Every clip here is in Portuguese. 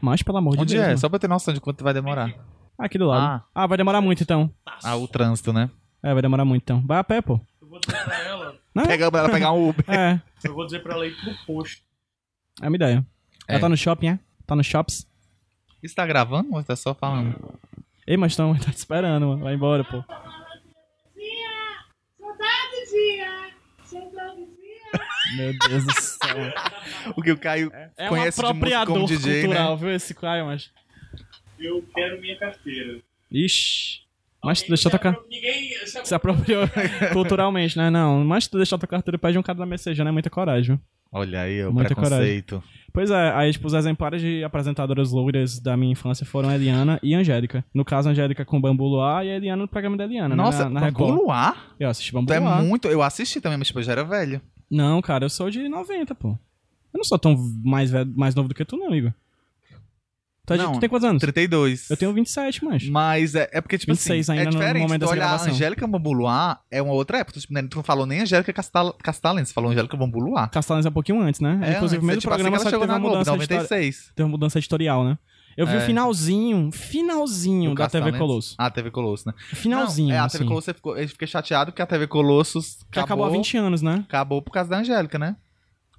Mas, pelo amor Onde de Deus. é? mano. Só pra ter noção de quanto vai demorar. Aqui do lado. Ah. vai demorar muito então. Ah, o trânsito, né? É, vai demorar muito então. Vai a pé, pô. Eu vou dizer pra ela, Pega ela pegar um Uber. É, eu vou dizer pra ela ir pro posto. é uma ideia. Ela É. tá no shopping, é? Tá no shops. Isso tá gravando ou tá só falando? Ei, mas tão, tá te esperando, mano. Vai embora, pô. Dia! Saudade, dia! Saudade, dia! Meu Deus do céu. O que o Caio É um conhece de música apropriador como DJ, cultural, né? viu, esse cara, mas... Eu quero minha carteira. Ixi. Mas tu Ninguém deixou se tocar... apro- Ninguém se Se apropriou culturalmente, né? Não, mas tu deixar tua carteira pede um cara da messejana é muita coragem, viu? Olha aí, o Muita preconceito. Pois é, aí, tipo, os exemplares de apresentadoras loiras da minha infância foram Eliana e Angélica. No caso, Angélica com Bambu Luar e Eliana no programa da Eliana, Nossa, né? Na, na Bambu Record. Luar? Eu assisti Bambu Tu é Luar. muito. Eu assisti também, mas tipo, eu já era velho. Não, cara, eu sou de 90, pô. Eu não sou tão mais, velho, mais novo do que tu, não, amigo. Tu, é de- Não, tu tem quantos anos? 32. Eu tenho 27, mas. Mas é, é porque, tipo 26 assim, ainda no é diferente. momento tu dessa olhar a gravação. Angélica Bambuluá é uma outra época. Tu, tipo, né, tu não falou nem Angélica Castal Castalens, falou Angélica Bambuluá. Castanhas é um pouquinho antes, né? É, Inclusive, o antes, mesmo tipo, assim programa que só ela que chegou teve na uma Globo, mudança, histori- 96. teve uma mudança editorial, né? Eu vi o É. finalzinho, finalzinho Do da TV Castalens. Colosso. Ah, TV Colosso, né? Finalzinho, Não, é, a assim. TV Colosso, eu fico- eu fiquei chateado porque a TV Colosso que acabou há 20 anos, né? acabou por causa da Angélica, né?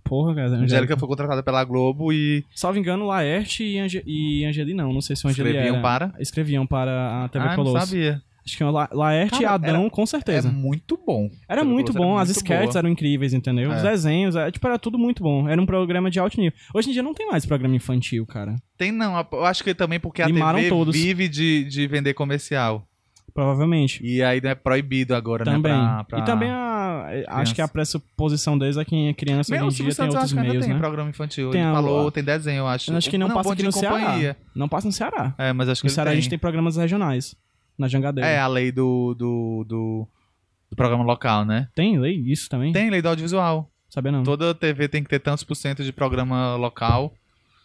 Porra, cara. A Angélica foi contratada pela Globo e Salvo engano, Laerte e, Ange... e Angeli não. Não sei se o Angeli escreviam era... para... Escreviam para a TV ah, é, Colosso. não sabia. Acho que é o La... Laerte e Cara, Adão, com É certeza. muito bom. Era TV muito Colosso era bom, as muito sketches boa. eram incríveis, entendeu? Os É. desenhos, é, tipo, era tudo muito bom. Era um programa de alto nível. Hoje em dia não tem mais programa infantil, cara. Tem não, eu acho que também porque a Limaram TV todos. vive de, de vender comercial. Provavelmente. E aí é proibido agora, também. né? pra- pra- E também a- acho que a pressuposição deles é que criança Meu, o hoje em Silvio dia tem Santos eu outros acho que ainda meios, tem né? programa infantil. Tem ele a- falou, tem desenho, eu acho. Eu acho que não passa Bom aqui Dia no e Companhia. Não passa no Ceará. É, mas acho que No ele Ceará a tem. gente tem programas regionais. Na Jangadeira. É, a lei do, do, do, do programa local, né? Tem lei? Isso também? Tem lei do audiovisual. Sabia não. Toda TV tem que ter tantos por cento de programa local,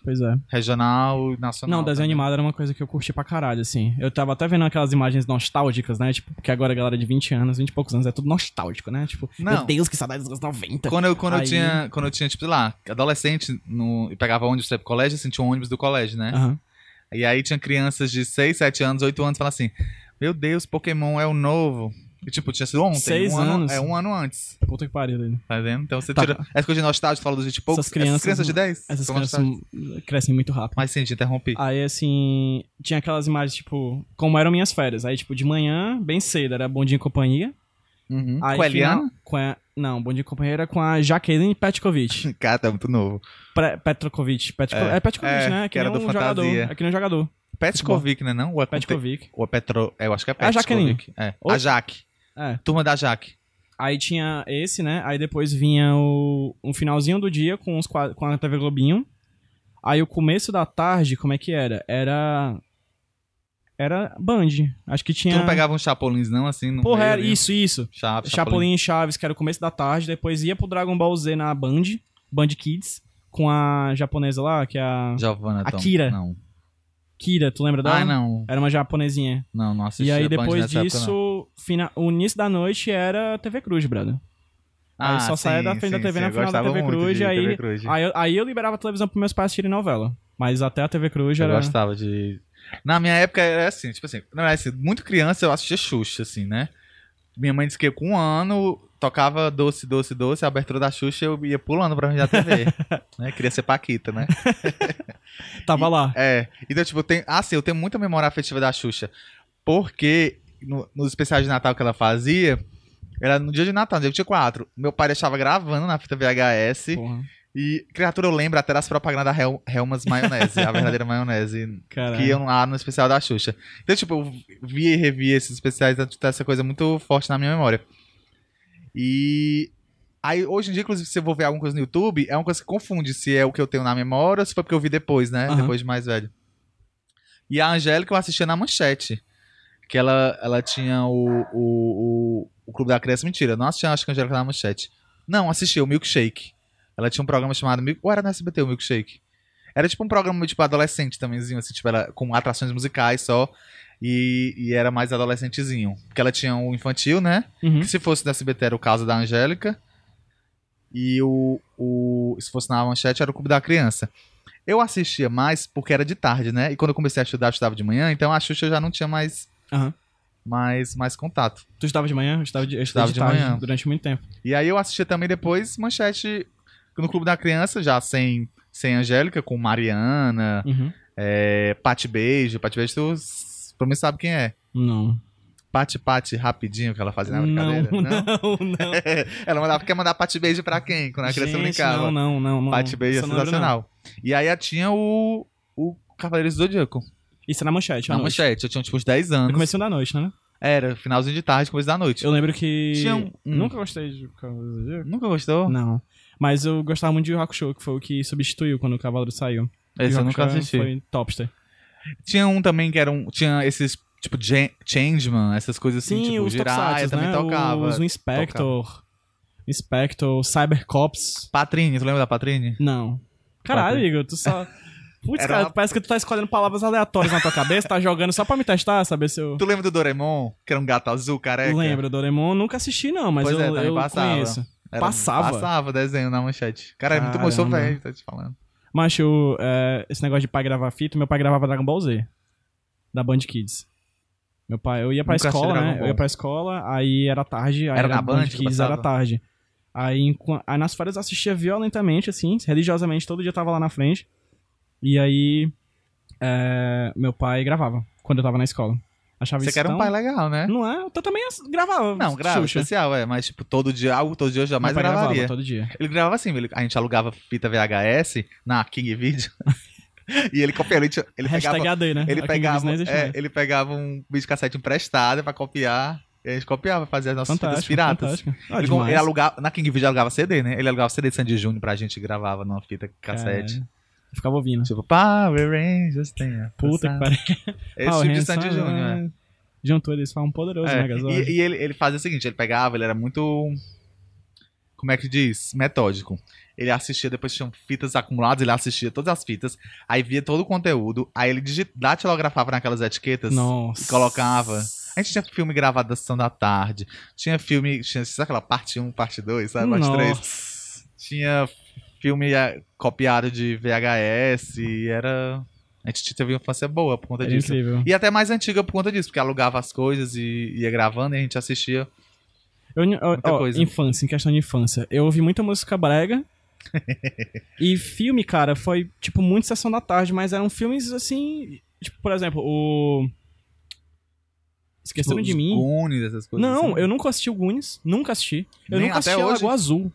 Pois é. regional e nacional. né? Não, desenho também. animado era uma coisa que eu curti pra caralho, assim. Eu tava até vendo aquelas imagens nostálgicas, né? Tipo, porque agora a galera de 20 anos, 20 e poucos anos, é tudo nostálgico, né? Tipo, Não. meu Deus, que saudade dos anos né? 90. Quando eu, quando, Aí- eu tinha, quando eu tinha, tipo, sei lá, adolescente, no, eu pegava ônibus pra ir pro colégio, assim, tinha um ônibus do colégio, né? Aham. E aí tinha crianças de 6, 7 anos, 8 anos, falando assim: Meu Deus, Pokémon é o novo. E, tipo, tinha sido ontem. Seis um anos. Ano, é um ano antes. Puta que pariu, dele. Tá vendo? Então você Tá. tira. Essa coisa de nostálgico, fala dos 20 e poucos. Essas crianças- de 10? Essas são crianças Ah, nostálgicas. crescem muito rápido. Mas sim, te interrompi. Aí, assim, tinha aquelas imagens, tipo, como eram minhas férias. Aí, tipo, de manhã, bem cedo, era Bom Dia e Companhia. Uhum. Aí, Com a Eliana? final- com a- Não, Bom Dia e Companhia era com a Jaqueline Petkovic. Cara, tá muito novo. Pre- Petrokovic. Petko... É, É. Petkovic, É, né? É que era nem do um jogador. Fantasia. É que nem um jogador. Petkovic, né? Não? Ou é com T- Petkovic. Ou é Petro. é, Eu acho que é É a Petkovic. Jaqueline. É. Ou- A Jaque. É. Turma da Jaque. Aí tinha esse, né? Aí depois vinha o, um finalzinho do dia com, os, qua- com a TV Globinho. Aí o começo da tarde, como é que era? Era. Era Band. Acho que tinha. Tu não pegava uns chapulins, não? Assim, no Porra, meio era ali? Tá isso, isso. Chap, Chapolin. Chapolin e Chaves, que era o começo da tarde. Depois ia pro Dragon Ball Z na Band. Band Kids. Com a japonesa lá, que é a Giovanna, Tom. Akira. então. Não. Kira, tu lembra dela? Ah, não. Era uma japonesinha. Não, não assisti. E aí, a Band depois nessa época, não. disso, fina- o início da noite era TV Cruz, brother. Aí só Ah, sim, saía da frente da sim, TV sim, na eu final da gostava TV muito Cruz, de e aí- TV Cruz. Aí eu, aí eu liberava a televisão pros meus pais assistirem novela. Mas até a TV Cruz Eu era. gostava de. Na minha época era assim, tipo assim, não era assim, muito criança eu assistia Xuxa, assim, né? Minha mãe disse que com um ano tocava doce, doce, doce, a abertura da Xuxa eu ia pulando pra frente da TV. né? Queria ser Paquita, né? Tava lá. É. Então, tipo, tem. Assim, eu tenho muita memória afetiva da Xuxa. Porque no- nos especiais de Natal que ela fazia, era no dia de Natal, né? no dia 24. Meu pai deixava gravando na fita VHS. Porra. E, criatura, eu lembro até das propagandas da Hel Helmas Maionese, a verdadeira maionese, Caralho. que iam lá no especial da Xuxa. Então, tipo, eu via e revia esses especiais, então, tá essa coisa muito forte na minha memória. E. Aí, hoje em dia, inclusive, se eu vou ver alguma coisa no YouTube, é uma coisa que confunde se é o que eu tenho na memória ou se foi porque eu vi depois, né? Aham. Depois de mais velho. E a Angélica eu assistia na manchete. Que ela, ela tinha o, o, o, o Clube da Criança. Mentira, eu não assistia, acho que a Angélica na manchete. Não, assistia o Milkshake. Ela tinha um programa chamado. Mil- Ou era no SBT o Milkshake? Era tipo um programa tipo adolescente tamanzinho, assim, tipo, ela, com atrações musicais só. E, e era mais adolescentezinho. Porque ela tinha o infantil, né? Uhum. Que se fosse da SBT era o caso da Angélica. E o, o. Se fosse na manchete era o Clube da Criança. Eu assistia mais porque era de tarde, né? E quando eu comecei a estudar, eu estudava de manhã, então a Xuxa eu já não tinha mais, Aham. mais, mais contato. Tu estudava de manhã? Eu estudava de, eu Estudava estudei de, de tarde manhã. durante muito tempo. E aí eu assistia também depois Manchete no Clube da Criança, já sem, sem Angélica, com Mariana, Uhum. é, Pati Beijo. Pati Beijo, tu s- pelo menos sabe quem é. Não. Pati Pati rapidinho que ela fazia na não, brincadeira. não, não, não. ela mandava, quer mandar Pati Beijo pra quem? Quando a criança Gente, brincava. Não, não, não. não. Pati Beijo é Isso eu não lembro, não. sensacional. E aí tinha o, o Cavaleiros do Zodíaco. Isso é na manchete, Na à noite. manchete, eu tinha tipo uns 10 No anos. começo da noite, né? Era, finalzinho de tarde, começo da noite. Eu lembro que. Tinha um- um- Nunca gostei de Cavaleiros do Zodíaco. Nunca gostou? Não. Mas eu gostava muito de Yu Yu Hakusho, que foi o que substituiu quando o Cavaleiro saiu. Esse Yu eu nunca Hakusho assisti. Foi topster. Tinha um também que era um. Tinha esses, tipo, Jan- Changeman, essas coisas assim, Sim, tipo, os Jiraiya Tokusatsu, também né? tocava. Os o Inspector. Inspector, Cybercops. Patrine, tu lembra da Patrine? Não. Caralho, Patrine. Igor, tu só. Putz, Era cara, uma- parece que tu tá escolhendo palavras aleatórias na tua cabeça, tá jogando só pra me testar, saber se eu. Tu lembra do Doraemon? Que era um gato azul, careca? Lembro, Doraemon, nunca assisti não, mas Pois é, eu, também eu passava. conheço. Era- um- Passava. Passava desenho na manchete. Cara, é muito bom, eu sou Caramba. velho, tá te falando. Macho, é, esse negócio de pai gravar fita, meu pai gravava Dragon Ball Z. Da Band Kids. Meu pai, eu ia pra Nunca assisti escola, Dragon né? Ball. Eu ia pra escola, aí era tarde, aí Era era, na Band que Kids, era passava? tarde. Aí, enqu- aí nas férias eu assistia violentamente, assim, religiosamente, todo dia eu tava lá na frente. E aí, é, meu pai gravava quando eu tava na escola. Achava Você isso quer um tão- pai legal, né? Não é? Eu também ass- gravava. Não, grava, Xuxa. especial, é. Mas, tipo, todo dia, algo todo dia eu tá? Meu jamais pai gravaria. gravava todo dia. Ele gravava assim, ele- a gente alugava fita VHS na King Video. e ele copiava, ele, tinha- ele Hashtag pegava, AD, né? Aqui ele em Disney pegava, não existe né? é, mais. ele pegava um vídeo cassete emprestado pra copiar. E a gente copiava, fazia as nossas fitas fantástico, piratas. fantástico. Ah, Ele, demais. ele alugava, na King Video alugava CD, né? Ele alugava CD de Sandy Júnior pra gente e gravava numa fita cassete. É, eu ficava ouvindo. Tipo, Power Rangers tem a Puta que força. pariu. Esse Ah, o tipo de Hanson, Sandy Júnior, é. é, Juntou eles, falam poderoso, É, né, Gasol? E, e ele, ele fazia o seguinte, ele pegava, ele era muito. Como é que diz? Metódico. Ele assistia, depois tinham fitas acumuladas, ele assistia todas as fitas, aí via todo o conteúdo, aí ele digi- datilografava naquelas etiquetas Nossa. É e colocava. A gente tinha filme gravado da sessão da tarde, tinha filme. Tinha, sabe aquela parte 1, parte 2, sabe? Parte 3. Nossa. Tinha filme eh, copiado de VHS, e era. A gente teve uma infância boa por conta Era disso. incrível. E até mais antiga por conta disso, porque alugava as coisas e ia gravando e a gente assistia. Eu, eu- Muita ó, coisa. Infância, em questão de infância. Eu ouvi muita música brega. e filme, cara, foi, tipo, muito Sessão da Tarde, mas eram filmes, assim... Tipo, por exemplo, o... Esqueceram os de mim. Goonies, essas coisas. Não, assim. eu nunca assisti o Goonies. Nunca assisti. Eu Nem nunca até assisti a hoje? Lagoa Azul.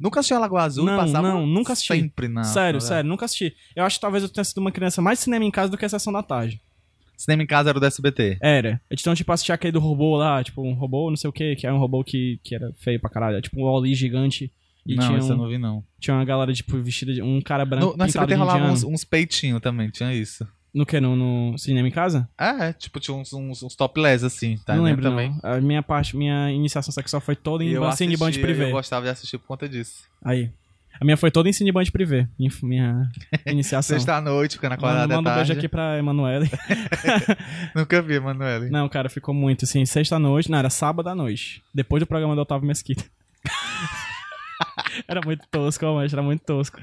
Nunca assisti a Lagoa Azul, Não, passava não, nunca assisti. sempre na... sério, na- sério, nunca assisti. Eu acho que talvez eu tenha sido uma criança mais cinema em casa do que a Sessão da Tarde. Cinema em casa era o do SBT. Era. Então, tipo, assistir aquele do robô lá, tipo, um robô, não sei o que, que era um robô que, que era feio pra caralho. Era, tipo um Oli gigante. E não, tinha, isso eu um- não vi, não. tinha uma galera, tipo, vestida de. Um cara branco. No, no pintado SBT de rolava indiano. uns, uns peitinhos também, tinha isso. No que? No, no cinema em casa? É, tipo, tinha uns, uns, uns topless assim, tá? não né, lembro também. Não. A minha parte, minha iniciação sexual foi toda em E eu ban- cine band assistia, privê. Eu gostava de assistir por conta disso. Aí. A minha foi toda em cine band privê. Minha- Minha iniciação. Sexta-noite, ficando acordado Manda da manda um tarde. beijo aqui pra Emanuele. Nunca vi, Manoel. Não, cara, ficou muito, assim, sexta-noite, não, era sábado à noite, depois do programa do Otávio Mesquita. era muito tosco, mas era muito tosco.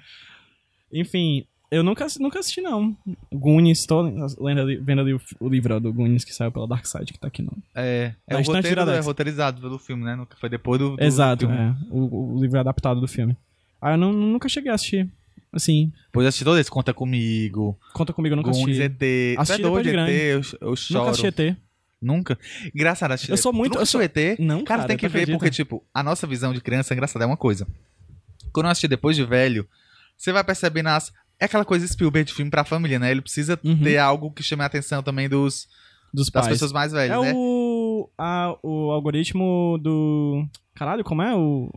Enfim, eu nunca, nunca assisti, não. Goonies, tô lendo ali- vendo ali o, fi- o livro ó, do Goonies que saiu pela Dark Side, que tá aqui, não. É, é, Na o estante roteiro, da é Dex. roteirizado pelo filme, né? Nunca foi depois do, do Exato, filme. é, o, o livro adaptado do filme. Ah, eu não- nunca cheguei a assistir, assim, Depois eu assisti todo esse Conta Comigo, conta comigo, eu nunca Goonies, assisti. ET. Tu Assisti é depois doido, de ET, grande. eu, eu choro. Nunca assisti ET. Nunca? Engraçado, assisti Eu sou Tu muito- Nunca eu assistiu sou- ET? Não, Cara, cara, tu tem que tu ver, acredita? porque, tipo, a nossa visão de criança, engraçada, é uma coisa. Quando eu assisti depois de velho, você vai percebendo as... É aquela coisa Spielberg de filme pra família, né? Ele precisa Uhum. ter algo que chame a atenção também dos, Dos das pais. pessoas mais velhas, É né? o, a- o algoritmo do. Caralho, como é? O.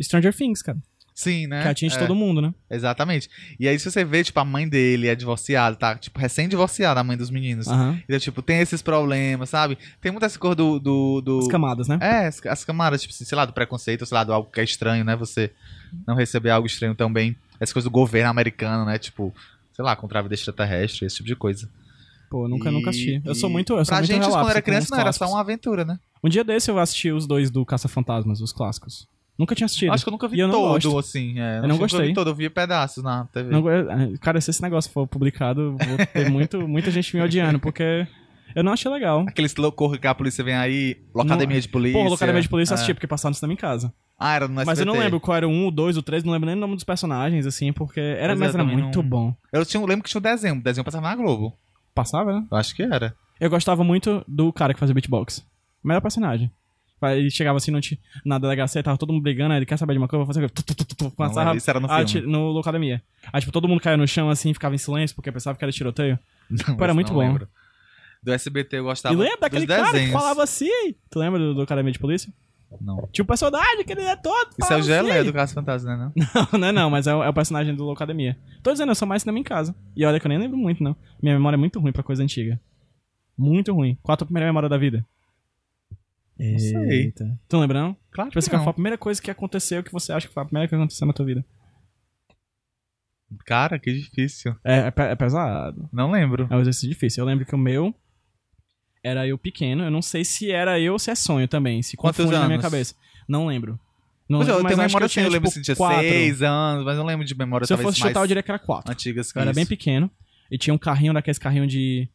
Stranger Things, cara. Sim, né? que atinge É, todo mundo, né? Exatamente. E aí se você vê, tipo, a mãe dele é divorciada, tá? Tipo, recém-divorciada, a mãe dos meninos. Aham. Então, tipo, tem esses problemas, sabe? Tem muita essa cor do... do, do... As camadas, né? É, as, as camadas, tipo, assim, sei lá, do preconceito, sei lá, do algo que é estranho, né? Você não receber algo estranho também. Essa coisa do governo americano, né? Tipo, sei lá, contra a vida extraterrestre, esse tipo de coisa. Pô, nunca, E- nunca assisti. Eu sou e muito. Eu sou pra muito gente, isso relapso quando era com criança, os não, era só um clássicos. uma aventura, né? Um dia desse eu assisti os dois do Caça-Fantasmas, os clássicos. Nunca tinha assistido. Acho que eu nunca vi E eu não todo, gosto. assim. não É, acho que Eu nunca gostei. vi todo, eu vi pedaços na TV. Não go- cara, se esse negócio for publicado, vou ter muito, muita gente me odiando, porque eu não achei legal. Aqueles loucos que a polícia vem aí, locademia de polícia. Porra, locademia de polícia eu é. assistia, porque passava no cinema em casa. Ah, era no SBT. Mas eu não lembro qual era o 1, o 2, o 3, não lembro nem o nome dos personagens, assim, porque. Era, Pois é, mas era também muito não- bom. Eu tinha, eu lembro que tinha o desenho. O desenho passava na Globo. Passava, né? Eu acho que era. Eu gostava muito do cara que fazia beatbox. O melhor personagem. Aí Ele chegava assim não tinha- na delegacia, tava todo mundo brigando, aí ele quer saber de uma coisa, eu vou fazer o quê? Tu, tu, tu, tu, tu, Com a Não, sarra- isso é era no Ah, filme. ti- no Locademia. Aí, tipo, todo mundo caía no chão, assim, ficava em silêncio, porque pensava que era tiroteio. Não, Pô, era esse muito não bom. lembro. Do SBT eu gostava e lembra daquele dos cara desenhos. que falava assim? Tu lembra do Locademia de Polícia? Não. Tinha um personagem que ele é todo Isso é o falava Gelé assim. do Caso Fantasma, né? Não? Não, não é não, mas é o, é o personagem do Locademia. Tô dizendo, eu sou mais cinema em casa. E olha que eu nem lembro muito, não. Minha memória é muito ruim pra coisa antiga. Muito ruim. Qual a tua primeira memória da vida? sei. Eita. Tu não lembra, não? Claro Tipo assim, que qual foi a não. primeira coisa que aconteceu que você acha que foi a primeira coisa que aconteceu na tua vida? Cara, que difícil. É, é, pe- é pesado. Não lembro. É um exercício difícil. Eu lembro que o meu era eu pequeno. Eu não sei se era eu ou se é sonho também. Se Quantos confunde na minha anos? cabeça. Não lembro. Não Pois é, lembro, eu mas tenho acho que memória eu assim, tinha, eu lembro tipo, assim, tinha quatro. 6 anos, mas eu lembro de memória Se eu talvez fosse chutar, eu mais diria que era quatro. antigas que Eu era isso. bem pequeno. E tinha um carrinho daqueles carrinhos de.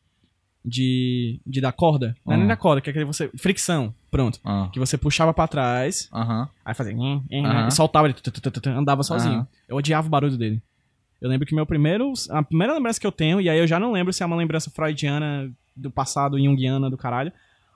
de. de dar corda. Não é Hum. nem da corda, que é aquele você. fricção. Pronto. Ah, Que você puxava pra trás, Aham. aí fazia. nhim, nhim, Aham. né, E soltava ele. tu, tu, tu, tu, tu, Andava sozinho. Aham. Eu odiava o barulho dele. Eu lembro que meu primeiro. A primeira lembrança que eu tenho, e aí eu já não lembro se é uma lembrança freudiana do passado, junguiana do caralho,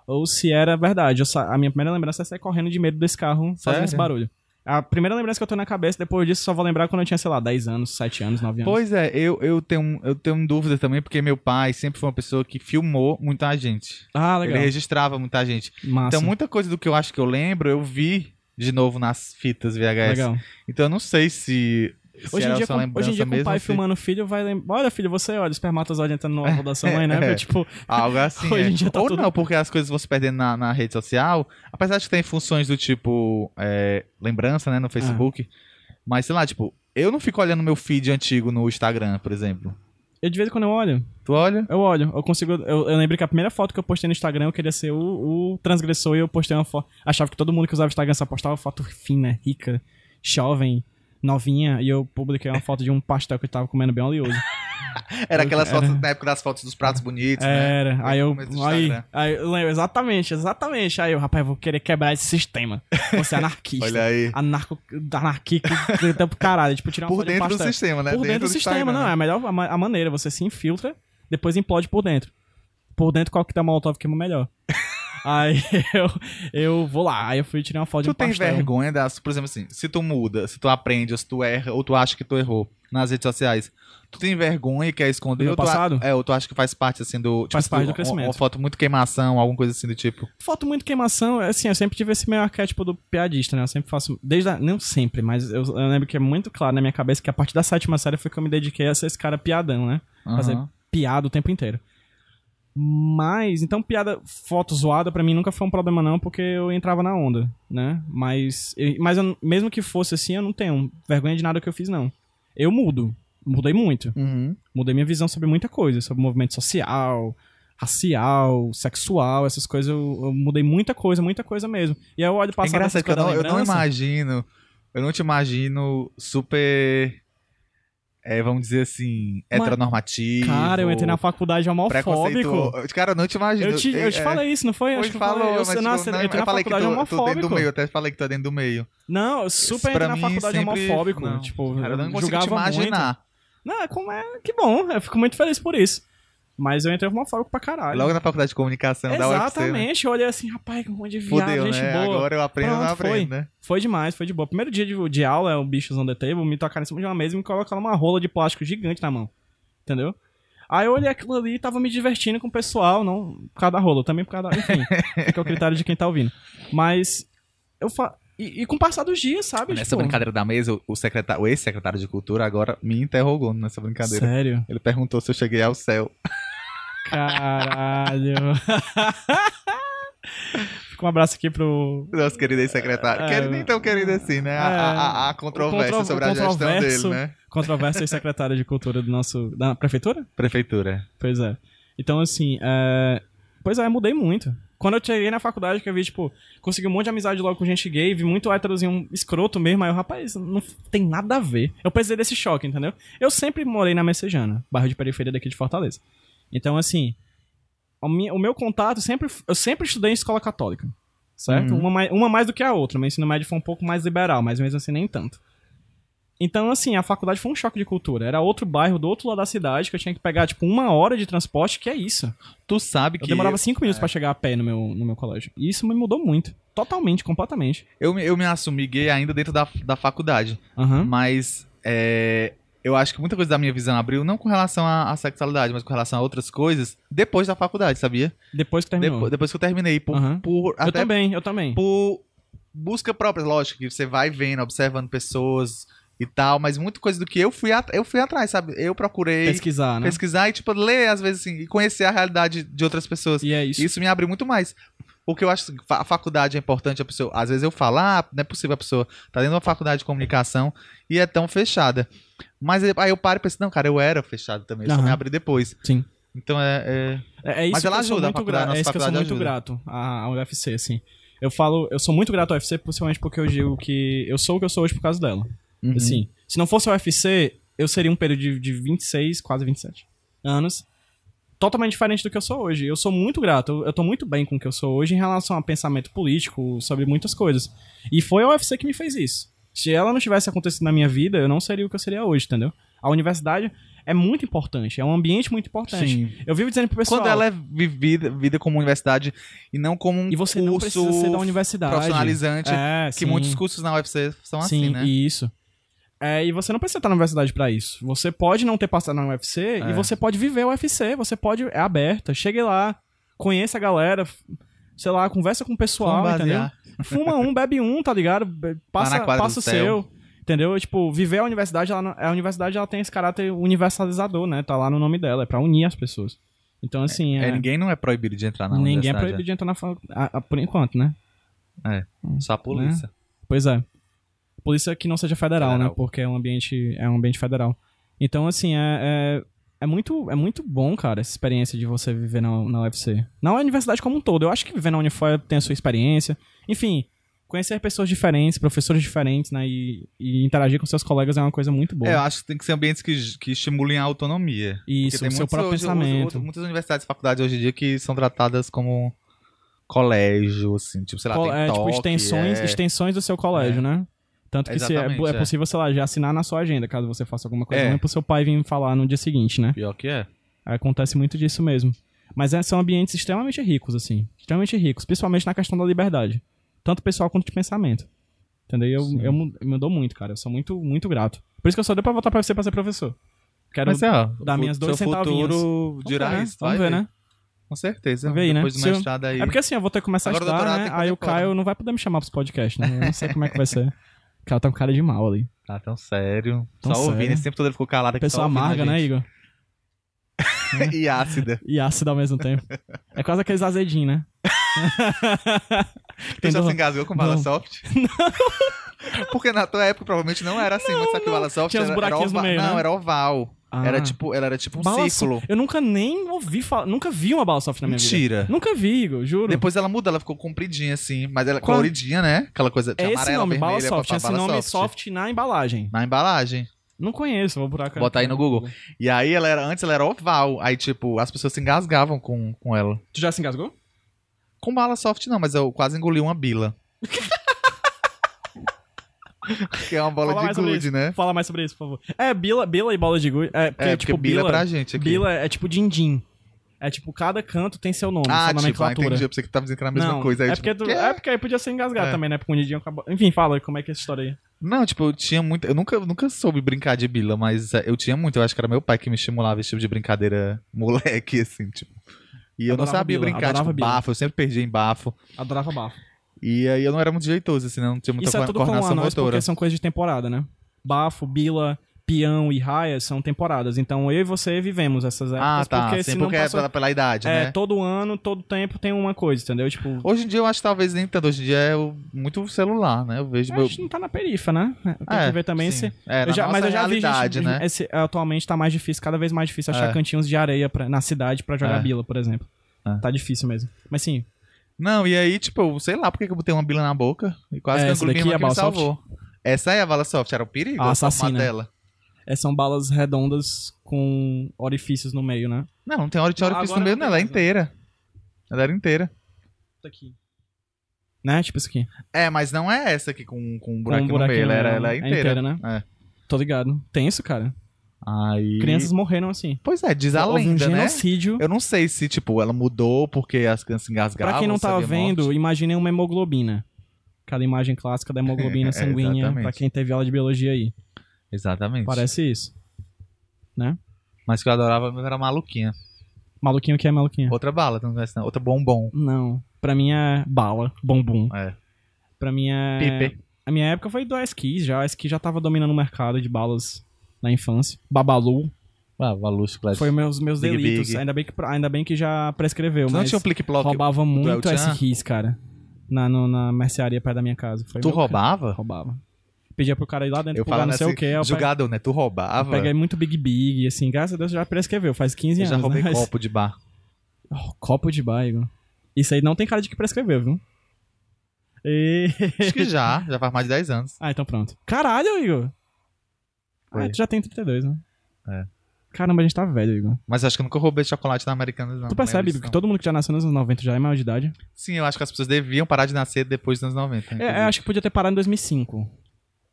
ou se era verdade. Eu sa- a minha primeira lembrança é sair correndo de medo desse carro fazendo Sério? esse barulho. A primeira lembrança que eu tenho na cabeça, depois disso, só vou lembrar quando eu tinha, sei lá, 10 anos, 7 anos, 9 anos. Pois é, eu, eu, tenho, eu tenho dúvida também, porque meu pai sempre foi uma pessoa que filmou muita gente. Ah, Ele legal. Ah, registrava muita gente. Massa. Então, muita coisa do que eu acho que eu lembro, eu vi de novo nas fitas VHS. Legal. Então, eu não sei se, se Hoje em, era dia, só com, lembrança hoje em dia, com o mesmo, É. pai se- filmando o filho, vai lembrar. Olha, filho, você olha, espermatozoide entrando no ovo da sua mãe, né? Porque, Tipo, Algo assim. Hoje é. em dia tá Ou tudo- não, porque as coisas vão se perdendo na, na rede social. Apesar de que tem funções do tipo é, lembrança, né, no Facebook. Ah. Mas sei lá, tipo, eu não fico olhando meu feed antigo no Instagram, por exemplo. eu de vez em quando eu olho, Tu olha? eu olho, eu consigo. Eu, eu lembro que a primeira foto que eu postei no Instagram, eu queria ser o, o transgressor e eu postei uma foto. Achava que todo mundo que usava o Instagram só postava foto fina, rica, jovem, novinha, e eu publiquei uma foto de um pastel que eu tava comendo bem oleoso. Era aquelas Era. fotos na época das fotos dos pratos bonitos, né? Era, aí eu. começo do Aí, Instagram. aí eu lembro, exatamente, exatamente. Aí eu, rapaz, vou querer quebrar esse sistema. Você é anarquista. Olha aí. anarco, anarquico, até pro caralho. Tipo, tirar uma Por folha de dentro do pastel. sistema, né? Por dentro do sistema, Instagram, não. É né? a melhor a, ma- a maneira. Você se infiltra, depois implode por dentro. Por dentro, qual que tá molotov queima melhor. aí eu, eu vou lá. Aí eu fui tirar uma foto de Tu um tem pastel. vergonha das, por exemplo assim, se tu muda, se tu aprende, ou se tu erra, ou tu acha que tu errou nas redes sociais, tu tem vergonha e quer Do esconder? meu ou tu a- passado? é, ou tu acha que faz parte assim do. Faz se parte tu- do crescimento. Uma, uma foto muito queimação, alguma coisa assim do tipo. Foto muito queimação, assim, eu sempre tive esse meio arquétipo do piadista, né? Eu sempre faço. Desde a, Não sempre, mas eu, eu lembro que é muito claro na minha cabeça que a partir da sétima série foi que eu me dediquei a ser esse cara piadão, né? Fazer Aham. piada o tempo inteiro. Mas, então, piada, foto zoada pra mim nunca foi um problema, não, porque eu entrava na onda, né? Mas, eu- mas eu- mesmo que fosse assim, eu não tenho vergonha de nada que eu fiz, não. Eu mudo. Mudei muito. Uhum. Mudei minha visão sobre muita coisa, sobre movimento social, racial, sexual, essas coisas. Eu, eu mudei muita coisa, muita coisa mesmo. E aí eu olho É passar engraçado essas que eu coisas não, da eu não lembrança, imagino. Eu não te imagino super. é, vamos dizer assim, Mas- heteronormativo. Cara, eu entrei na faculdade homofóbico. preconceituoso. Cara, eu não te imagino. Eu te, eu te É, falei isso, não foi? Pois Acho que eu falou, falei. Eu, mas eu, tipo, nasci- eu não, entrei na eu falei que tu, faculdade tu dentro do homofóbico. meio, eu até falei que tu é dentro do meio. Não, eu super Pra entrei na mim, faculdade sempre- homofóbico. não. Tipo, Cara, eu não consigo julgava te imaginar. Muito. Não, como é que bom, eu fico muito feliz por isso. Mas eu entrei homofóbico pra caralho. Logo na faculdade de comunicação da UFC. né? Exatamente, eu olhei assim, rapaz, que monte de viado, Fudeu, gente né? boa. Agora eu aprendo, Pronto, não aprendo, né? Foi demais, foi de boa. Primeiro dia de, de aula, é o bicho on the table, me tocaram em cima de uma mesa e me colocaram uma rola de plástico gigante na mão. Entendeu? Aí eu olhei aquilo ali e tava me divertindo com o pessoal, não por causa da rola, também por causa da. Enfim, fica o critério de quem tá ouvindo. Mas eu fa... e, e com o passar dos dias, sabe? Nessa tipo, brincadeira da mesa, o, secretário, o ex-secretário de cultura agora me interrogou nessa brincadeira. Sério? Ele perguntou se eu cheguei ao céu. Caralho. Fica um abraço aqui pro. Nosso querido ex-secretário. É, Querido, nem tão querido assim, né? A, a- a- a controvérsia contro- sobre a gestão controverso. dele, né? Controversa e secretária de cultura do nosso. da prefeitura? Prefeitura. Pois é. Então, assim, é... pois é, mudei muito. Quando eu cheguei na faculdade, que eu vi, tipo, consegui um monte de amizade logo com gente gay, vi muito héterozinho um escroto mesmo, aí eu, rapaz, não tem nada a ver. Eu precisei desse choque, entendeu? Eu sempre morei na Messejana, bairro de periferia daqui de Fortaleza. Então, assim, a minha- o meu contato sempre. Eu sempre estudei em escola católica. Certo? Uhum. Uma, mai- uma mais do que a outra. Meu ensino médio foi um pouco mais liberal, mas mesmo assim nem tanto. Então, assim, a faculdade foi um choque de cultura. Era outro bairro do outro lado da cidade que eu tinha que pegar, tipo, uma hora de transporte, que é isso. Tu sabe Eu que. demorava cinco é. minutos pra chegar a pé no meu, no meu colégio. E isso me mudou muito. Totalmente, completamente. Eu, me- eu me assumi gay ainda dentro da, da faculdade. Aham. Uhum. Mas é, eu acho que muita coisa da minha visão abriu, não com relação à, à sexualidade, mas com relação a outras coisas, depois da faculdade, sabia? Depois que terminou. Depo- depois que eu terminei. Por, Aham. por- Eu até também, eu também. por busca própria, lógico, que você vai vendo, observando pessoas e tal, mas muita coisa do que eu fui, at- eu fui atrás, sabe? Eu procurei Pesquisar, né? pesquisar e, tipo, ler, às vezes, assim, e conhecer a realidade de outras pessoas. E é isso. Isso. me abre muito mais. Porque eu acho que fa- a faculdade é importante, a pessoa. Às vezes eu falo, ah, não é possível a pessoa tá dentro de uma faculdade de comunicação e é tão fechada. Mas aí eu paro e penso, não, cara, eu era fechado também, eu só Aham. me abri depois. Sim. Então é. é- É, é isso Mas ela que eu sou ajuda, a muito faculdade- grato. nossa É isso que eu sou faculdade muito ajuda. grato à, à UFC, assim. Eu falo, eu sou muito grato à UFC, principalmente porque eu digo que eu sou o que eu sou hoje por causa dela. Uhum. Assim, se não fosse a UFC, eu seria um período de, de 26, quase 27 anos. Totalmente diferente do que eu sou hoje. Eu sou muito grato, eu, eu tô muito bem com o que eu sou hoje em relação a pensamento político, sobre muitas coisas. E foi a UFC que me fez isso. Se ela não tivesse acontecido na minha vida, eu não seria o que eu seria hoje, entendeu? A universidade é muito importante, é um ambiente muito importante. Sim. Eu vivo dizendo pro pessoal. Quando ela é vivida, vida como universidade e não como um E você curso não precisa ser da universidade. profissionalizante, É, que muitos cursos na UFC são Sim, assim, né? e isso. É, e você não precisa estar na universidade pra isso. Você pode não ter passado na UFC e É. você pode viver o UFC. Você pode. É aberta. Chegue lá, conheça a galera, f- sei lá, conversa com o pessoal, Vamos entendeu? basear. Fuma um, bebe um, tá ligado? Be- Passa, um na quadra passa o do céu. seu. Entendeu? Tipo, viver a universidade, ela, não- a universidade ela tem esse caráter universalizador, né? Tá lá no nome dela, é pra unir as pessoas. Então, assim. É, ninguém não é proibido de entrar na ninguém é universidade. proibido de entrar na faculdade. Por enquanto, né? Só a polícia. Pois é. Polícia que não seja federal, Federal. né? Porque é um ambiente, é um ambiente federal. Então, assim, é, é, é muito, é muito bom, cara, essa experiência de você viver na, na UFC. Na universidade como um todo. Eu acho que viver na Unifor tem a sua experiência. Enfim, conhecer pessoas diferentes, professores diferentes, né? E, e interagir com seus colegas é uma coisa muito boa. É, eu acho que tem que ser ambientes que, que estimulem a autonomia. Porque Isso, tem o seu muitos próprio hoje- pensamento. hoje- muitas universidades e faculdades hoje em dia que são tratadas como colégio, assim, tipo, sei lá, Col- tem é, tipo, toque, extensões, é- extensões do seu colégio, né? Tanto que se é, Exatamente, é é. possível, sei lá, já assinar na sua agenda, caso você faça alguma coisa É. ruim, pro seu pai vir falar no dia seguinte, né? Pior que é. Acontece muito disso mesmo. Mas é, são ambientes extremamente ricos, assim. Extremamente ricos, principalmente na questão da liberdade. Tanto pessoal quanto de pensamento. Entendeu? E Eu, Sim. eu, mu- eu me dou muito, cara. Eu sou muito, muito grato. Por isso que eu só dei pra voltar pra você pra ser professor. Quero Mas é, ó, dar o minhas seu dois centavinhos. futuro dirá Vamos ver, né? isso, Vamos vai ver, né? Com certeza. Vamos ver aí, né? Depois do Se eu- mestrado aí. É porque assim, eu vou ter que começar Agora o a estudar, doutorado né? tem que fazer Aí o fora, Caio não vai poder me chamar pros podcasts, né? Eu não sei como é que vai ser. O cara tá com cara de mal ali. Tá tão sério. Tão só ouvindo, sério. esse tempo todo ele ficou calado aqui. Pessoa só ouvindo a amarga, né, gente. Igor? e ácida. E ácida ao mesmo tempo. É quase aqueles azedinhos, né? Tu já dor- se engasgou com o Não. Balasoft? Não. Porque na tua época provavelmente não era assim, mas só que o Balasoft Tinha era, uns era buraquinhos no oval. meio, não, né? era oval. Era Ah. tipo, ela era tipo um Bala círculo. soft. Eu nunca nem ouvi falar. Nunca vi uma bala soft na minha Mentira. vida. Nunca vi, Igor, juro. Depois ela muda, ela ficou compridinha assim, mas ela é Qual- coloridinha, né? Aquela coisa é tinha esse amarela, nome, vermelha, bala soft. papá, Tinha esse bala nome soft na embalagem. Na embalagem. Não conheço, vou buraco. Bota aí no Google. E aí ela era, antes ela era oval, aí tipo, as pessoas se engasgavam com, com ela. Tu já se engasgou? Com bala soft não, mas eu quase engoli uma bila. que é uma bola Fala mais de sobre gude, né? Fala mais sobre isso, por favor. É, bila, bila e bola de gude. É, porque, É, porque tipo, bila, é pra gente aqui. Bila é tipo din-din. É tipo, cada canto tem seu nome, ah, sua tipo, ah, é nomenclatura. entendi, eu pensei que tu tava dizendo que era a mesma não, coisa. Aí, é, tipo, porque tu- "Quê?" é porque aí podia ser engasgado É. também, né? Porque um didinho acabou. Enfim, fala como é que é essa história aí. Não, tipo, eu tinha muito. Eu nunca, nunca soube brincar de bila, mas é, eu tinha muito. Eu acho que era meu pai que me estimulava esse tipo de brincadeira moleque, assim, tipo. E eu não Adorava sabia bila, brincar, adorava tipo, bila. bafo. Eu sempre perdi em bafo. Adorava bafo. E aí eu não era muito jeitoso, assim, né? não tinha muita Isso é co- tudo comum a coordenação nós, motora. porque são coisas de temporada, né? Bafo, bila, peão e raia são temporadas. Então eu e você vivemos essas épocas. Ah, tá. né? Porque Porque, se sim, não porque é passou- pela, pela idade, é, né? todo ano, todo tempo tem uma coisa, entendeu? Tipo, Hoje em dia eu acho que talvez nem tanto. Hoje em dia é o- muito celular, né? Eu vejo a meu. gente não tá na perifa, né? Tem É, que ver também sim. se... É, Eu já- mas eu já vi realidade, gente, né? esse- atualmente tá mais difícil, cada vez mais difícil achar É. cantinhos de areia pra- na cidade pra jogar É. bila, por exemplo. É. Tá difícil mesmo. Mas sim, Não, e aí, tipo, eu sei lá porque que eu botei uma bila na boca e quase É, que essa engoli minha daqui é a irmã que me Bala Soft? salvou. Essa é a bala soft, era o perigo? A eu tava assassina. com a dela. É, são balas redondas com orifícios no meio, né? Não, não tem hora de hora que isso no Agora meio, não não, ela é tem inteira. Ela era inteira. Aqui. Né? Tipo isso aqui. É, mas não é essa aqui com, com um buraco com um no buraquinho meio, ela, era, no- ela é inteira. né? É. Tô ligado. Tenso, cara. Aí... Crianças morreram assim. Pois é, diz a Houve um lenda, né? genocídio. Eu não sei se, tipo, ela mudou porque as crianças se engasgavam. Pra quem não tá sabia morte. vendo, imaginem uma hemoglobina. Aquela imagem clássica da hemoglobina É, sanguínea, exatamente. pra quem teve aula de biologia aí. Exatamente. Parece isso. Mas que eu adorava era a maluquinha. Maluquinho que é maluquinho? Outra bala, tu não conhece não. Outra bombom. Não. Pra mim é bala, bombom. É. Pra mim é... Pipe. A minha época foi do Esquis já. A Esquis já tava dominando o mercado de balas na infância. Babalu. Ah, Valu, chiclete. Foi meus, meus Big delitos. Big. Ainda, bem que, ainda bem que já prescreveu, Tu não mas tinha um o plique-ploque? roubava muito El Chan? Esquis, cara. Na, no- na mercearia perto da minha casa. Foi Tu meu- roubava? Roubava. Pedia pro cara ir lá dentro, Eu pegar falava não sei assim, o que. Eu pe- jogador, né? Tu roubava? peguei muito Big Big, assim. Graças a Deus já prescreveu, faz 15 Eu já anos. roubei né? copo de bar. Oh, copo de bairro. Isso aí não tem cara de que prescreveu, viu? E... Acho que já, já faz mais de 10 anos. Ah, então pronto. Caralho, Igor! Ah, Foi. tu já tem 32, né? É. Caramba, a gente tá velho, Igor. Mas acho que eu nunca roubei chocolate na Americanas, não. tu Lembro percebe disso, que não. todo mundo que já nasceu nos anos 90 já é maior de idade? Sim, eu acho que as pessoas deviam parar de nascer depois dos anos 90. É, inclusive. eu acho que podia ter parado em 2005.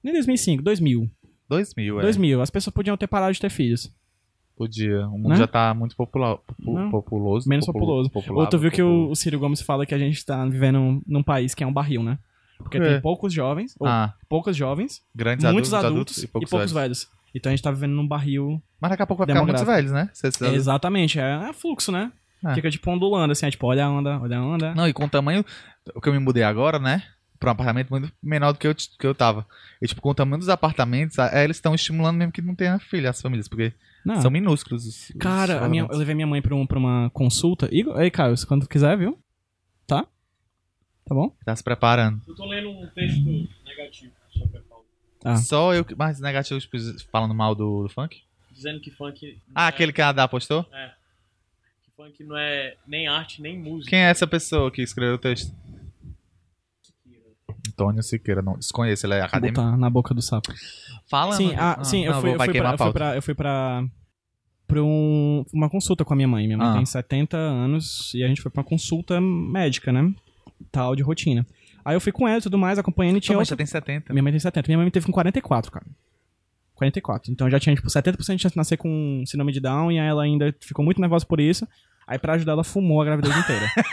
Nem 2005, 2000. 2000, é. 2000. As pessoas podiam ter parado de ter filhos. Podia. O mundo Né? já tá muito popular, popu- Não. populoso. Menos popu- populoso. popular, Ou tu viu que popu- o, o Ciro Gomes fala que a gente tá vivendo num, num país que é um barril, né? Porque É. tem poucos jovens, ou Ah, poucas jovens, grandes muitos adultos, adultos, e poucos, velhos. Então a gente tá vivendo num barril. Mas daqui a pouco vai ficar muitos velhos, né? Se esses adultos- Exatamente, é, é fluxo, né? É. Fica tipo ondulando, assim, é tipo, olha a onda, olha a onda. Não, e com o tamanho. O que eu me mudei agora, né? Pra um apartamento muito menor do que eu, t- que eu tava. E, tipo, com o tamanho dos apartamentos, a- eles estão estimulando mesmo que não tenha filha, as famílias, porque Não. são minúsculos. Os, os Ah. Cara, a minha- eu apartamentos. levei minha mãe pra, um- pra uma consulta. Igor, aí, Caio, se quando tu quiser, viu? Tá? Tá bom? Tá se preparando. Eu tô lendo um texto negativo sobre a Paula. Ah. Só eu. que- Mas negativo, tipo, falando mal do, do funk? Dizendo que funk. não Ah, é- aquele que a Adá postou? que funk não é nem arte, nem música. Quem é essa pessoa que escreveu o texto? Antônio Siqueira, não desconheço, ele é acadêmico. Botar na boca do sapo. Fala, Sim, mano. ah, sim, eu não, fui, vou- eu vai fui, queimar pra, a eu fui pauta. pra. Eu fui pra. pra um- uma consulta com a minha mãe. Minha mãe Ah. tem 70 anos e a gente foi pra uma consulta médica, né? Tal, de rotina. Aí eu fui com ela e tudo mais, acompanhando e tinha. Não, Então, mas outra- já tem 70. Então. Minha mãe tem 70. Minha mãe me teve com 44, cara. 44. Então já tinha, tipo, 70% de chance de nascer com síndrome de Down e aí ela ainda ficou muito nervosa por isso. Aí pra ajudar ela fumou a gravidez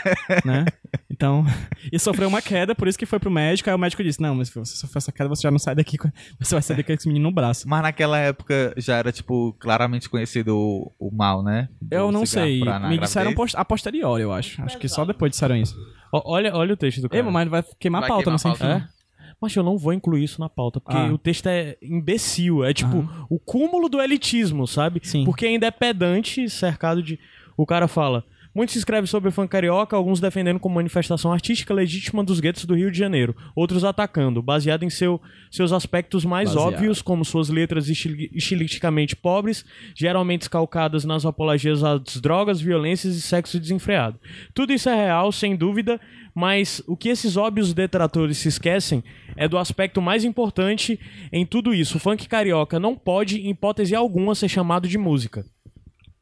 inteira, né? Então, e sofreu uma queda, por isso que foi pro médico. Aí o médico disse, não, mas se você sofreu essa queda, você já não sai daqui, com- você vai sair daqui com esse menino no braço. Mas naquela época já era, tipo, claramente conhecido o, o mal, né? Do Eu não cigarro sei, pra- na me disseram gravidez. post- a posteriori, eu acho. Acho que só depois disseram isso. Ó, Olha, olha o texto do Ei, cara. mas vai queimar a Vai pauta, queimar não sei a pauta. né? enfim. É? Mas eu não vou incluir isso na pauta, porque Ah. o texto é imbecil. É tipo o cúmulo do elitismo, sabe? Sim. Porque ainda é pedante, cercado de. O cara fala. Muito se escreve sobre o fã carioca, alguns defendendo como manifestação artística legítima dos guetos do Rio de Janeiro, outros atacando, baseado em seu, seus aspectos mais Baseado. óbvios, como suas letras estili- estilisticamente pobres, geralmente calcadas nas apologias às drogas, violências e sexo desenfreado. Tudo isso é real, sem dúvida, mas o que esses óbvios detratores se esquecem é do aspecto mais importante em tudo isso. O funk carioca não pode, em hipótese alguma, ser chamado de música.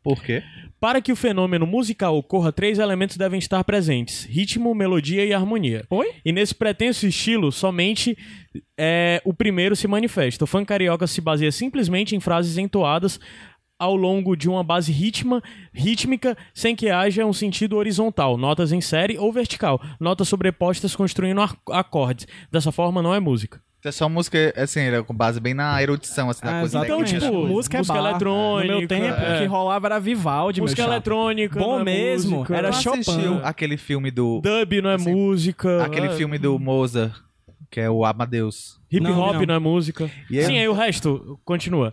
Por quê? Para que o fenômeno musical ocorra, três elementos devem estar presentes: ritmo, melodia e harmonia. Oi? E nesse pretenso estilo, somente é, o primeiro se manifesta. O funk carioca se baseia simplesmente em frases entoadas ao longo de uma base ritma, rítmica, sem que haja um sentido horizontal, notas em série ou vertical, notas sobrepostas construindo ar- acordes. Dessa forma, não é música. É só música, assim, era com base bem na erudição, assim, na Ah, coisa exatamente. técnica. Então, tipo, música, é música bar. eletrônica, No meu tempo, o é. que rolava era Vivaldi, música meu chapa. eletrônica. Bom não é mesmo, música. era Tu Chopin. assistiu aquele filme do... Dub não é Assim, música. Aquele é- filme do Mozart, que é o Amadeus. Hip Não, hop não. não. é música. E aí- Sim, aí o resto continua.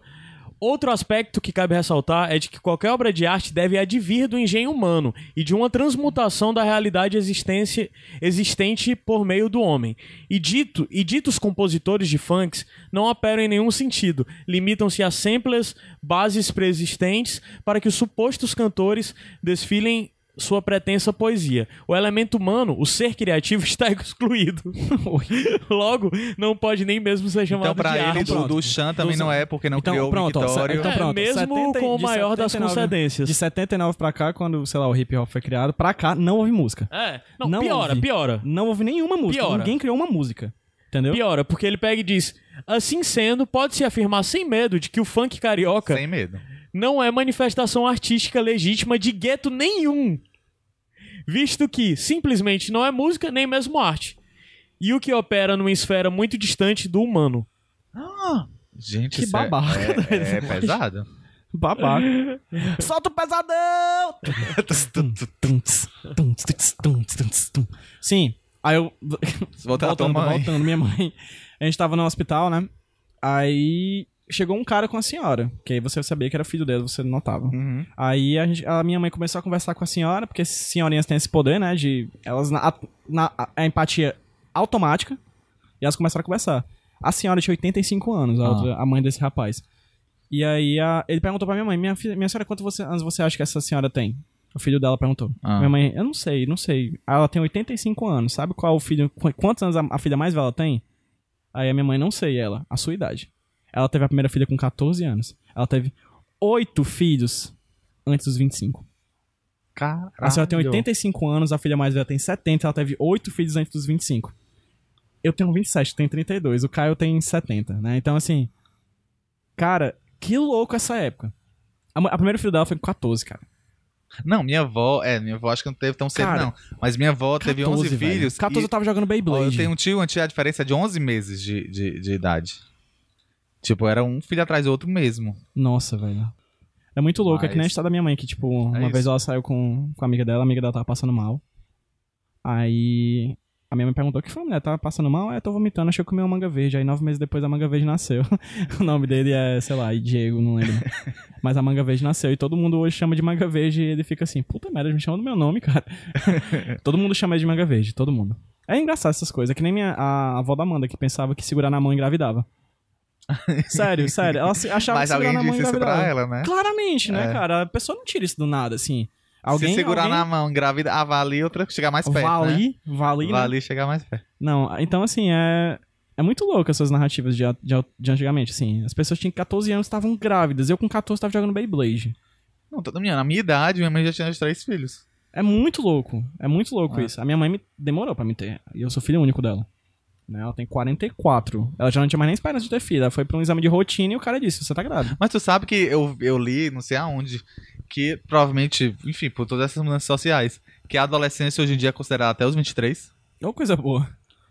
Outro aspecto que cabe ressaltar é de que qualquer obra de arte deve advir do engenho humano e de uma transmutação da realidade existência- existente por meio do homem. E, dito, e ditos compositores de funks não operam em nenhum sentido, limitam-se a samples, bases preexistentes, para que os supostos cantores desfilem sua pretensa poesia. O elemento humano, o ser criativo, está excluído. Logo, não pode nem mesmo ser chamado Então, pra de ele, arte. do, pronto. do Chan também Então, não é, porque não então, criou pronto, o ó, Mictório. então, É, pronto, mesmo 70 com o de maior das 79 concedências. De 79 pra cá, quando, sei lá, o hip hop foi criado, pra cá não houve música. É, não, Não piora, ouvi. piora. Não houve nenhuma música. Piora. Ninguém criou uma música. Entendeu? Piora, porque ele pega e diz: assim sendo, pode-se afirmar sem medo de que o funk carioca Sem medo. não é manifestação artística legítima de gueto nenhum, visto que simplesmente não é música nem mesmo arte, e o que opera numa esfera muito distante do humano. Gente, Que isso é- babaca, É, é pesado. Babaca. Solta o pesadão! Tum, tum, tss, tum, tss, tum, tss, tum, tss, tum. Sim, aí eu. Voltando, à Tá, tua voltando, mãe. voltando, minha mãe. A gente tava no hospital, né? Aí chegou um cara com a senhora, que aí você sabia que era filho dele, você notava. Uhum. Aí a, gente- a minha mãe começou a conversar com a senhora, porque senhorinhas têm esse poder, né? De. Elas. na- a, na- a empatia automática. E elas começaram a conversar. A senhora tinha 85 anos, a, Ah. outra- a mãe desse rapaz. E aí a- ele perguntou pra minha mãe: Minha, filha, minha senhora, quantos você- anos você acha que essa senhora tem? O filho dela perguntou. Ah. Minha mãe, eu não sei, não sei. Ela tem 85 anos, sabe qual o filho. qu- Quantos anos a, a filha mais velha tem? Aí a minha mãe, não sei, ela, a sua idade. Ela teve a primeira filha com 14 anos. Ela teve oito filhos antes dos 25. Ah. Caralho. A senhora tem 85 anos, a filha mais velha tem 70, ela teve oito filhos antes dos 25. Eu tenho 27, tenho 32, o Caio tem 70, né? Então, assim. Cara, que louco essa época. A, mo- a primeira filha dela foi com 14, cara. Não, minha avó... É, minha avó acho que não teve tão cedo, Cara, não. Mas minha avó teve 11 velho. filhos. 14 e- eu tava jogando Beyblade. Ó, eu tenho um tio, uma tia, a diferença é de 11 meses de, de, de idade. Tipo, era um filho atrás do outro mesmo. Nossa, velho. É muito louco, é que nem a Mas- é história da minha mãe, que, tipo, uma isso. vez ela saiu com, com a amiga dela, a amiga dela tava passando mal. Aí a minha mãe perguntou: o que foi, mulher? Tava passando mal? É, tô vomitando, achei que eu comi uma manga verde. Aí nove meses depois a manga verde nasceu. o nome dele é, sei lá, Diego, não lembro. Mas a manga verde nasceu e todo mundo hoje chama de manga verde e ele fica assim: puta merda, eles me chamam do meu nome, cara. todo mundo chama ele de manga verde, todo mundo. É engraçado essas coisas, é que nem minha, a avó da Amanda que pensava que segurar na mão engravidava. sério, sério. Ela se- achava Mas que segurar alguém na mão disse isso engravidava. pra ela, né? Claramente, né, É. cara? A pessoa não tira isso do nada, assim. Alguém, Se segurar alguém... na mão, engravida, avalia outra, chegar mais perto, né? Vali, Vali, né? Avalia, chegar mais perto. Não, então assim, é. É muito louco essas narrativas de, a- de, a- de antigamente, assim. As pessoas tinham 14 anos estavam grávidas. Eu com 14 tava jogando Beyblade. Não, toda minha, na minha idade, minha mãe já tinha os três filhos. É muito louco. É muito louco É. isso. A minha mãe me demorou pra me ter. E eu sou filho único dela. Né? Ela tem 44. Ela já não tinha mais nem esperança de ter filho. Ela foi pra um exame de rotina e o cara disse: Você tá grávida. Mas tu sabe que eu, eu li, não sei aonde, que provavelmente, enfim, por todas essas mudanças sociais, que a adolescência hoje em dia é considerada até os 23. Ô, É coisa boa.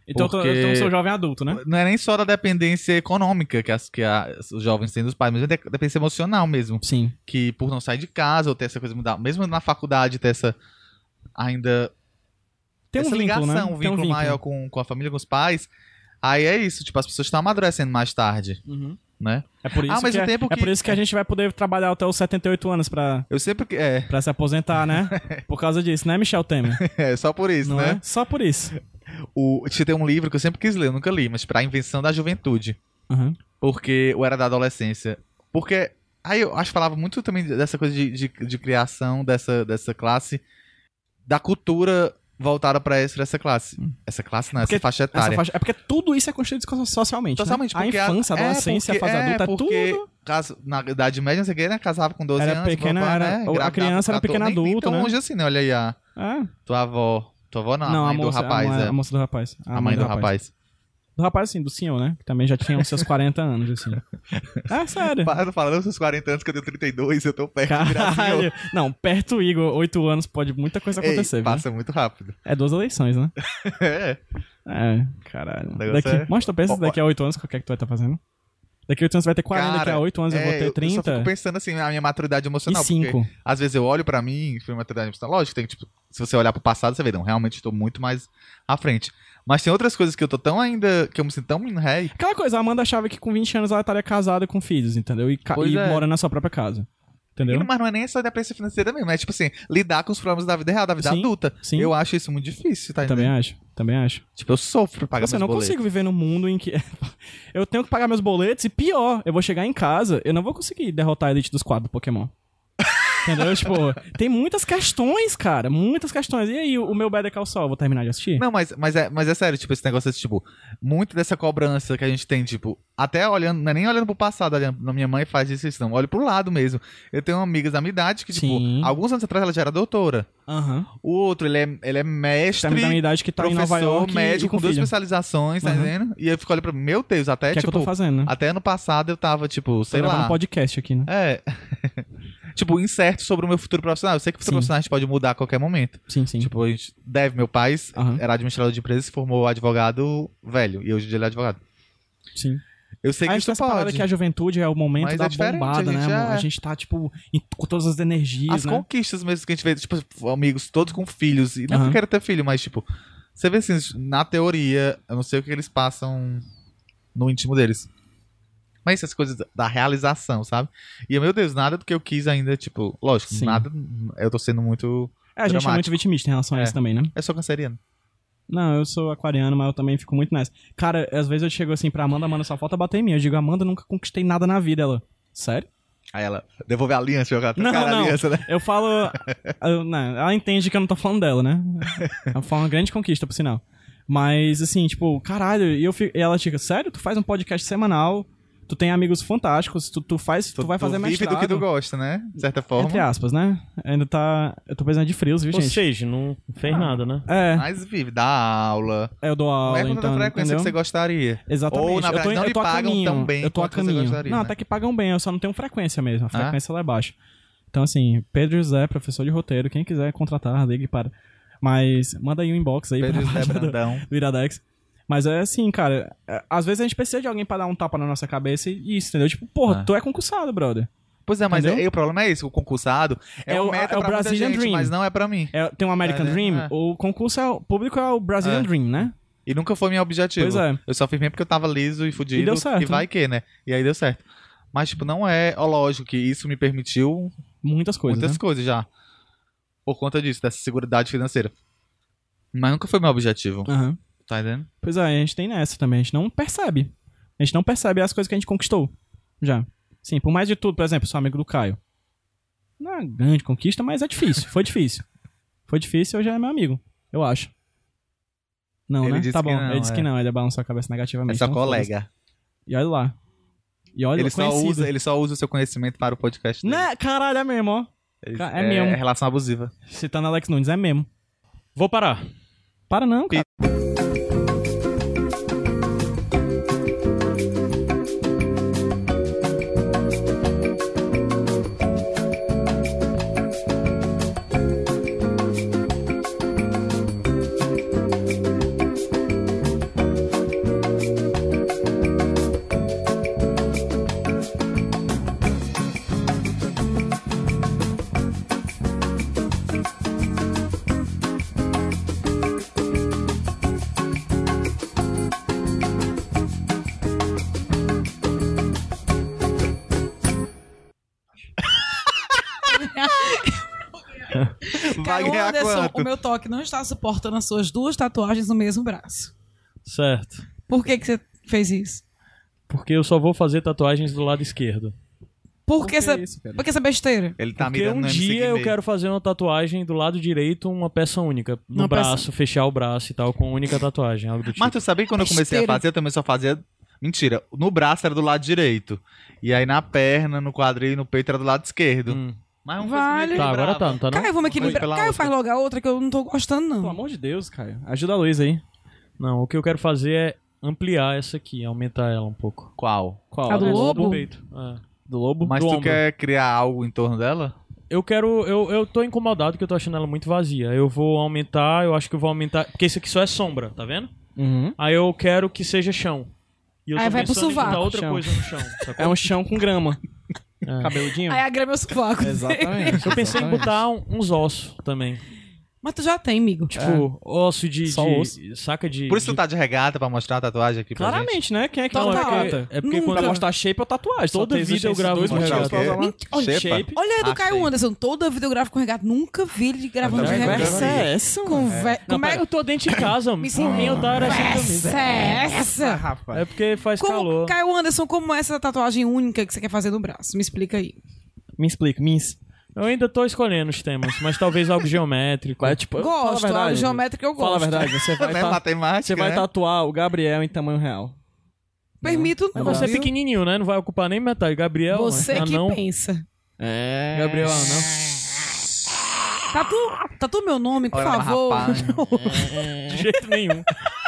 Então eu, tô, Porque- então eu sou jovem adulto, né? Não é nem só da dependência econômica que, as, que a- os jovens têm dos pais, mas é da dependência emocional mesmo. Sim. que por não sair de casa ou ter essa coisa mudar, mesmo na faculdade ter essa ainda Tem um essa vínculo, ligação, né? um vínculo, Tem um vínculo. maior com, com a família, com os pais. Aí é isso, tipo, as pessoas estão amadurecendo mais tarde, Uhum. né? É por isso Ao mesmo que é- tempo é que- por isso que a gente vai poder trabalhar até os 78 anos pra, Eu sempre que é, pra se aposentar, né? Por causa disso, né, Michel Temer? é só por isso, Não né? é? Só por isso. O tinha tem um livro que eu sempre quis ler, eu nunca li, mas para a invenção da juventude, Aham. porque eu era da adolescência. Porque aí eu acho que falava muito também dessa coisa de, de, de criação dessa dessa classe da cultura voltada para essa, essa classe. Essa classe não, Hum. Porque essa faixa Essa etária. faixa- É porque tudo isso é construído so- socialmente. né? Totalmente, A porque infância, a é, adolescência, porque- a fase adulta, é porque tudo. caso- na Idade Média, não sei o que, né? Casava com 12 Era anos. pequena, era- a engravidava criança era com 14, pequena nem- nem adulta, tão né? longe assim, né? Olha aí a É. tua avó. Tua avó não, Não, a a mãe moça, do rapaz. a, mãe, é. a moça do rapaz. A, mãe do rapaz. Do rapaz, sim, do senhor, né? Que também já tinha os seus 40 anos, assim. É, sério. Para, eu tô falando seus 40 anos que eu tenho 32, eu tô perto de virar senhor. Caralho. Não, perto Igor, 8 anos, pode muita coisa Ei, acontecer, viu? passa muito rápido. É duas eleições, né? É. É, caralho. negócio Daqui, é- Mostra, pensa Ó, ó. daqui a 8 anos, qual que é que tu vai estar fazendo? Daqui a 8 anos você vai ter 40, daqui Cara, a 8 anos eu vou É, ter Eu só 30 fico pensando assim, na minha maturidade e emocional. porque 5. às vezes eu olho pra mim, foi maturidade emocional. Lógico, tem que, tipo, se você olhar pro passado, você vê, não, realmente eu tô muito mais à frente. Mas tem outras coisas que eu tô tão ainda, que eu me sinto tão em ré, Aquela coisa, a Amanda achava que com 20 anos ela estaria casada com filhos, entendeu? E, ca- Pois e é. mora na sua própria casa. E Entendeu? não- mas não é nem só dependência financeira mesmo, é tipo assim, lidar com os problemas da vida real, da vida Sim, adulta. sim. Eu acho isso muito difícil, tá Também entendendo? acho, também acho. Tipo, eu sofro pra pagar Nossa, eu meus não boletos. consigo viver num mundo em que é eu tenho que pagar meus boletos e pior, eu vou chegar em casa, eu não vou conseguir derrotar a elite dos quadros do Pokémon. Entendeu? tipo, tem muitas questões, cara. Muitas questões. E aí, o meu Better Call Saul, vou terminar de assistir? Não, mas, mas, é, mas é sério, tipo, esse negócio, tipo, muito dessa cobrança que a gente tem, tipo, até olhando, não é nem olhando pro passado, olhando, na minha mãe faz isso, isso não, olha pro lado mesmo. Eu tenho amigas da minha idade que, tipo, Sim. alguns anos atrás ela já era doutora. Aham. O outro, ele é, Tá ele Tem amigo é da minha mestre, idade que tá em Nova professor, York. e- médico, e com, com duas filho. especializações, tá Aham. entendendo? E eu fico olhando pra mim, meu Deus, até, O que é que eu tipo, tô fazendo, né? até ano passado eu tava, tipo, Tô sei gravando lá. um podcast aqui, né? É. tipo, incerto sobre o meu futuro profissional. Eu sei que o Sim. futuro profissional a gente pode mudar a qualquer momento. Sim, sim. Tipo, a gente deve, meu pai Aham. era administrador de empresa, se formou advogado velho. E hoje em dia ele é advogado. sim. Eu sei a Tipo, que gente tem isso Ah, então essa parada pode. que a juventude é o momento Mas da é diferente, bombada, a né, gente amor? é- A gente tá, tipo, em- com todas as energias, As né? conquistas mesmo que a gente vê, tipo, amigos todos com filhos. E não que Aham. eu quero ter filho, mas, tipo, você vê assim, na teoria, eu não sei o que eles passam no íntimo deles. Mas essas coisas da realização, sabe? E, meu Deus, nada do que eu quis ainda, tipo, lógico, Sim. nada. Eu tô sendo muito. É, a gente é Dramático. muito vitimista em relação a É. isso também, né? Eu sou canceriano. Não, eu sou aquariano, mas eu também fico muito nessa. Cara, às vezes eu chego assim pra Amanda, Amanda, só falta bater em mim. Eu digo, Amanda, eu nunca conquistei nada na vida. Ela, sério? Aí ela, devolve a aliança, jogar Não, cara, a não. aliança, né? Eu falo. eu- não, ela entende que eu não tô falando dela, né? Ela foi uma grande conquista, por sinal. Mas, assim, tipo, caralho, e, eu fico, e ela fica, sério? Tu faz um podcast semanal, tu tem amigos fantásticos, tu, tu faz, tu, vai fazer tu vive mestrado. é do que tu gosta, né? De certa forma. Entre aspas, né? Ainda tá. Eu tô precisando de frios, viu, Ou gente? seja, não fez nada, né? É, Mas vive, dá aula. eu dou não aula, é com tanta então, frequência entendeu? que você gostaria. Exatamente. Ou, na verdade, eu tô, não eu lhe tô a pagam caminho, tão bem Eu tô a quanto você caminho. gostaria, não, né? Ah? até que pagam bem, eu só não tenho frequência mesmo. A frequência lá é baixa. Então, assim, Pedro José, professor de roteiro, quem quiser contratar, ligue para. Mas manda aí um inbox aí Pedro pra José página do- Brandão. do Iradex. Mas é assim, cara, é, às vezes a gente precisa de alguém pra dar um tapa na nossa cabeça e isso, entendeu? Tipo, porra, É. tu é concursado, brother. Pois é, mas Entendeu? é- o problema é isso. O concursado é, É um o- meta é o pra muita Brazilian gente, Dream. mas não é pra mim. É, tem o American É, né? Dream, É. o concurso é o público é o Brazilian É. Tipo, Dream, né? E nunca foi meu objetivo. Pois é. Eu só firmei porque eu tava liso e fudido. E deu certo, E vai que, né? E aí deu certo. Mas, tipo, não é... Ó, lógico que isso me permitiu Muitas coisas. muitas né? coisas já. Por conta disso, dessa seguridade financeira. Mas nunca foi meu objetivo, Aham. tá entendendo? Pois é, a gente tem nessa também. A gente não percebe. A gente não percebe as coisas que a gente conquistou. Já. Sim, por mais de tudo, por exemplo, sou amigo do Caio. Não é uma grande conquista, mas é difícil. Foi difícil. Foi difícil, hoje é meu amigo. Eu acho. Não, Ele né? disse tá que bom, não, ele disse é. que não, ele balançou a cabeça negativamente. É só então foda-se. colega. E olha lá. E olha Ele o só, conhecido. usa, ele só usa o seu conhecimento para o podcast. dele. Né? Caralho, é mesmo, ó. Ele- Ca- é mesmo. relação abusiva. Citando Alex Nunes, é mesmo. Vou parar. Para não, cara. Vai Caio ganhar um Anderson, quanto? o meu toque não está suportando as suas duas tatuagens no mesmo braço. Certo. Por que, que você fez isso? Porque eu só vou fazer tatuagens do lado esquerdo. Por que essa, isso, cara? por que essa besteira? Ele tá Porque mirando um no MC dia eu Guimê. quero fazer uma tatuagem do lado direito, uma peça única. No Uma peça- braço, fechar o braço e tal, com única tatuagem, algo do tipo. Mas tu sabia que quando eu comecei a Besteira. fazer, eu também só fazia. Mentira, no braço era do lado direito. E aí na perna, no quadril e no peito era do lado esquerdo. Hum. Mas um uma Vale. coisa me Tá, agora equilibrava. tá, não tá não? Caio, vamos aqui no Foi pela Caio, outra. faz logo a outra que eu não tô gostando, Pelo não. amor de Deus, Caio. Ajuda a Luiz aí. Não, o que eu quero fazer é ampliar essa aqui, aumentar ela um pouco. Qual? Qual? A do Essa lobo? peito. É. Do lobo? Mas Do tu ombro. quer criar algo em torno dela? Eu quero. Eu, eu tô incomodado que eu tô achando ela muito vazia. Eu vou aumentar, eu acho que eu vou aumentar. Porque isso aqui só é sombra, tá vendo? Uhum. Aí eu quero que seja chão. E eu Aí tô vai pro pensando em botar sovaco. outra Chão. coisa no chão. sacou? É um chão com grama. É. Cabeludinho. Tá Aí agrega meu sovaco. Exatamente. É. Eu pensei em botar um- uns ossos também. Mas tu já tem, amigo. Tipo, osso de. Só de- osso. Saca de. Por isso de- tu tá de regata pra mostrar a tatuagem aqui pra gente? Claramente, né? Quem é que Não, não, é é Total. porque, é porque Nunca. quando Pra mostrar shape ou tatuagem. Toda tem esses- vida eu esses gravo dois com motivos regata. pra usar lá. Mentira. Shape? Olha, Shape. Olha a do Ah, Caio sei. Anderson. Toda vida eu gravo com regata. Nunca vi ele gravando Já de vi, já vi. regata. é essa? Conver... Não, Como pera, é tá eu que tô dentro de casa. Me Por mim eu tava sem conversa camisa. é essa? rapaz. assim É porque faz Como, calor. Caio Anderson, como é essa tatuagem única que você quer fazer no braço? Me explica aí. Me explica, Miss. Eu ainda tô escolhendo os temas, mas talvez algo geométrico. Vai, tipo, fala a Gosto, verdade. algo geométrico eu gosto. Fala a verdade, você vai, né? ta- Matemática, você vai tá, né? tatuar o Gabriel em tamanho real. Permito Mas não, você é viu? pequenininho, né? Não vai ocupar nem metade. Gabriel, Você que anão. pensa. É. Gabriel, não. Tá Tatu, tatu meu nome, por Olha lá, favor. rapaz. De jeito nenhum.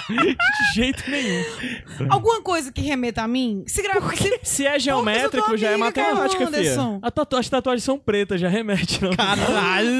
De jeito nenhum. Alguma coisa que remeta a mim? Se grava. Se... Se é Pô, mas eu geométrico, tô já é amiga, matemática, filha. Anderson. A tatu- As tatuagens são pretas, já remete. Não. Caralho!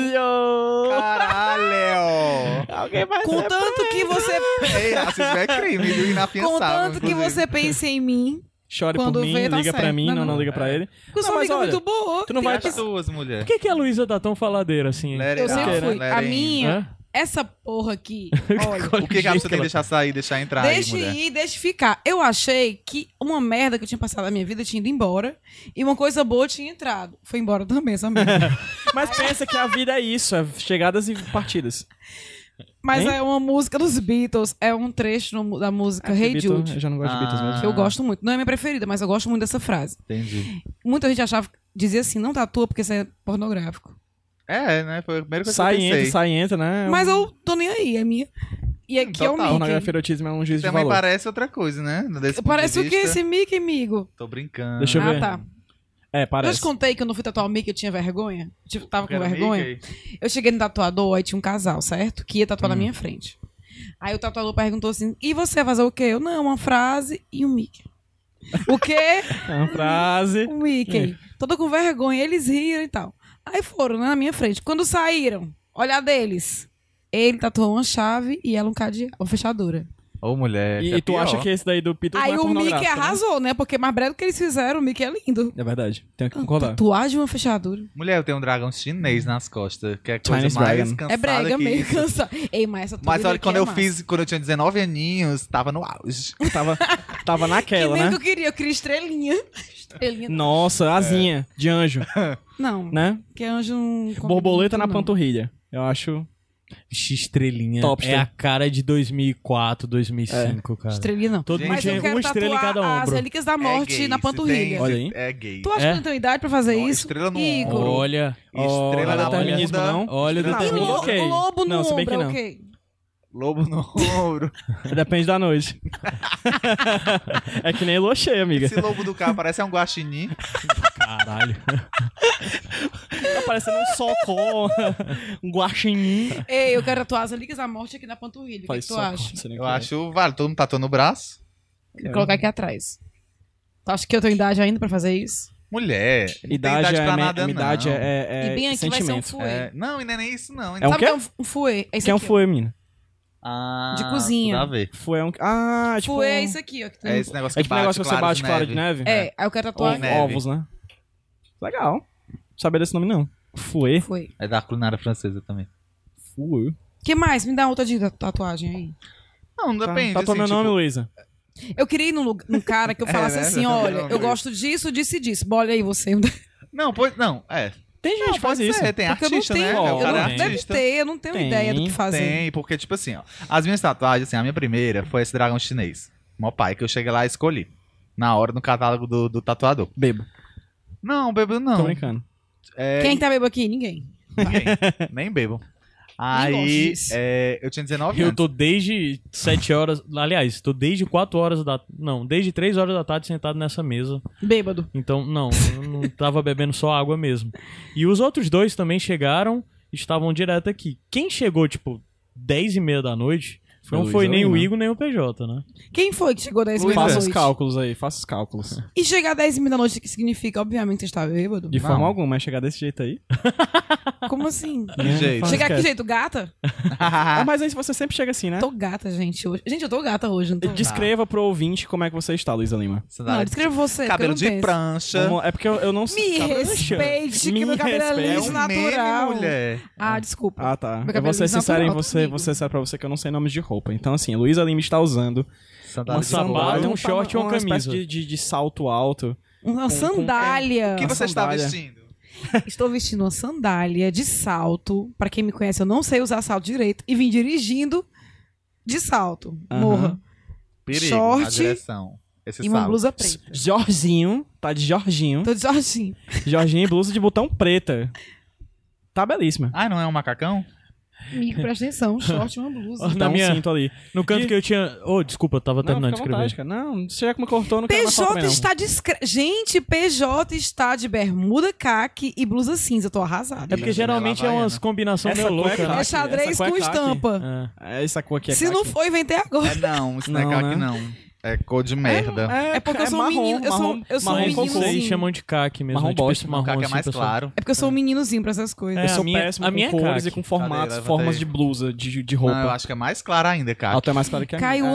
Caralho! Alguém vai é Contanto que você. Ei, racismo é crime, viu? Inafiançável, Contanto que inclusive. você pense em mim. Chore Quando por mim, vê, tá liga pra né, certo. mim, Não, não, não, não. liga É. pra ele. Porque eu sou Não, mas amiga olha, muito boa. tu não tem vai a pessoa- Duas mulheres. Por que, que a Luísa tá tão faladeira assim? hein? Eu sempre Porque, né? fui. A minha, É? Hã? essa porra aqui. Olha. Olha O que, que você jeito tem que ela- deixar sair, deixar entrar Deixa aí, mulher? ir, deixa ficar. Eu achei que uma merda que eu tinha passado na minha vida tinha ido embora e uma coisa boa tinha entrado. Foi embora também essa merda. Mas pensa que a vida é isso, é chegadas e partidas. Mas Hein? Ah, é uma música dos Beatles, é um trecho no- da música Hey Beatles, né? Jude. Eu já não gosto de Beatles Ah. mesmo. Que eu gosto muito. Não é minha preferida, mas eu gosto muito dessa frase. Entendi. Muita gente achava, dizia assim, não tatua porque isso é pornográfico. É, né? Foi a primeira coisa Sai que e eu pensei. entra, sai e entra, né? Mas eu tô nem aí, é minha. E aqui é o Total, Pornografia e Mickey. erotismo é um juiz de Também valor. parece outra coisa, né? Desse ponto Parece de o que vista. esse Mickey, amigo? Tô brincando. Deixa eu ah, ver. tá. É, Eu parece. te contei que eu não fui tatuar o Mickey, eu tinha vergonha? Tipo, tava com Quero vergonha? Mickey. Eu cheguei no tatuador, aí tinha um casal, certo? Que ia tatuar Hum. na minha frente. Aí o tatuador perguntou assim: e você vai fazer o quê? Eu, não, uma frase e um Mickey. O quê? É uma frase. um É. Mickey. Toda com vergonha, eles riram e tal. Aí foram né, na minha frente. Quando saíram, olhar deles. Ele tatuou uma chave e ela um cadeado, uma fechadura. Ô, mulher. E, é e tu pior. acha que esse daí do Peter aí não é o Mickey pornográfico, né? arrasou, né? Porque mais breve do que eles fizeram, o Mickey é lindo. É verdade, tenho que concordar. Tatuagem e uma fechadura. Mulher, eu tenho um dragão chinês nas costas, que é coisa Chinese mais dragon. cansada É brega, que meio isso. cansado. Ei, mas essa Mas tatuagem olha, quando aqui é eu massa. fiz, quando eu tinha 19 aninhos, tava no auge. Tava, tava naquela, que nem né? que eu queria, eu queria estrelinha. Estrelinha. Nossa, asinha de anjo, Não, né? que é anjo não. combina Borboleta na muito, não. panturrilha. Eu acho. Vixe, estrelinha. Topster. É a cara de 2004, É. 2005, cara. Estrelinha não. Todo mundo Mas eu tinha quero uma estrela em tatuar cada as ombro. relíquias da morte É gay, na se panturrilha. tem- Olha aí. É gay. Tu acha É? que eu não tenho idade pra fazer Não, isso? estrela no Igor. ombro. Olha. Estrela Olha na o determinismo, bunda. não? Olha o Estrela E na determinismo. um lo- Ok. lobo no Não, se bem ombro, que não. ok. Lobo no ombro. Depende da noite. é que nem lua cheia, amiga. Esse lobo do carro parece um guaxinim. Caralho. Tá parecendo um socó, um guaxinim. Ei, eu quero tatuar as relíquias da morte aqui na panturrilha. O que, que tu acha? É. Eu acho, vale, todo mundo tatuou no braço. Vou Colocar aqui atrás. Tu acha que eu tenho idade ainda pra fazer isso? Mulher, não tem Idade, idade é, pra me- nada, idade não. é, é e bem aqui vai sentimento. ser um fuê. É, Não, e não é nem isso, não. É um Sabe quê? o que é um fuê? É isso Quem é um aqui. ó. fuê, menina? Ah, de cozinha. Tudo a ver. Fuê é um... Ah, é tipo... Fuê é um- isso aqui, ó. que tem- É esse negócio que É tipo um bate, negócio que você bate clara de neve. neve? né? É, aí eu quero tatuar Ou aqui. neve. ovos, né? Legal. Não sabia desse nome, não. Fuê. Fuê. É da culinária francesa também. Fuê. que mais? Me dá outra dica de tatuagem aí. Não, não depende. Tá assim, tatuando meu tipo, nome, Luísa. Eu queria ir num, lugar- num cara que eu É, falasse né? assim, Não, olha, não, não. eu gosto disso, disso e disso. Bom, Olha aí você. É Não, pois. Não, é. Tem gente Não, que faz pode isso. ser, tem Porque eu não artista, tenho, né? Ó, É, eu o não, cara é tem. deve artista. ter, eu não tenho Tem, ideia do que fazer. Tem, porque, tipo assim, ó, as minhas tatuagens, assim, a minha primeira foi esse dragão chinês. Mó pai, que eu cheguei lá e escolhi. Na hora, no catálogo do, do tatuador. Bebo. Não, bebo Tô não. brincando. É, Quem tá bebo aqui? Ninguém. ninguém. Nem bebo. gosto Aí, disso. é, eu tinha 19 Eu anos. tô desde 7 horas. Aliás, tô desde 4 horas da. Não, desde 3 horas da tarde sentado nessa mesa. Bêbado. Então, não, eu não tava bebendo só água mesmo. E os outros dois também chegaram, estavam direto aqui. Quem chegou, tipo, 10 e meia da noite, Foi não o foi Luiz nem ali, o né? Igor, nem o PJ, né? Quem foi que chegou 10 mil Luísa. da Faça Pois os noite? cálculos aí, faça os cálculos. E chegar 10 mil da noite, o que significa? Obviamente você está bêbado. De forma Não. alguma, é chegar desse jeito aí. Como assim? Que jeito. Faz Chegar que que é. jeito? Gata? Ah, mas aí você sempre chega assim, né? Tô gata, gente. Hoje. Gente, eu tô gata hoje, não tô? Descreva pro ouvinte como é que você está, Luísa Lima. Não, descreva você. Cabelo porque eu de não penso. prancha. Vamos- É porque eu, eu não sei. Me Cabrancha? respeite, Me que meu cabelo é respeite. É liso um natural. meme, mulher. Ah, desculpa. Ah, tá. Meu Eu vou cabelo ser liso sincero em natural você, comigo. vou ser sincero pra você que eu não sei nomes de roupa. Então, assim, Luísa Lima está usando Sandália uma de couro. sandália, um short e uma tá espécie De, camisa. de, de salto alto. Uma com- sandália. O que Uma você está sandália. vestindo? Estou vestindo uma sandália de salto. Pra quem me conhece, eu não sei usar salto direito. E vim dirigindo de salto. Aham. Morra. Perigo, Short a direção. Esse e uma sábado. blusa preta. Jorginho, tá de Jorginho. Tô de Jorginho. Jorginho e blusa de botão preta. Tá belíssima. Ah, não é um macacão? Amigo, presta atenção. Um short e uma blusa. Na Tá minha- um cinto ali. No canto E- que eu tinha. Ô, desculpa, eu tava não, terminando de fica à escrever. vontade, cara. Não, você já que me cortou, não quero mais falar PJ também, não. está discre... Gente, PJ está de bermuda, caque e blusa cinza. Eu tô arrasada. É porque Ela né? geralmente é havaiana. umas combinações Essa meio cueca loucas. lá- né? É caque, xadrez essa com cueca é caque. estampa. É. Essa cor aqui é Se não craque. for, inventei agora. É não, isso não é Não, né? caque, não. É cor de merda. É porque eu sou um marrom, menino- eu sou- marrom- eu sou um marrom cocô. Marrom menino cocô. meninozinho. Eles chamam de caque mesmo. Marrom né? Tipo bosta, esse O caque é assim, mais pessoal. claro. É porque eu sou um meninozinho pra essas coisas. Eu É, sou a minha- péssimo a com minha é cores craque. e com formatos, Cadê? Levanta formas aí. de blusa, de, de Não, eu roupa. acho que é mais clara ainda, caque. Até mais claro que a minha. Caio É.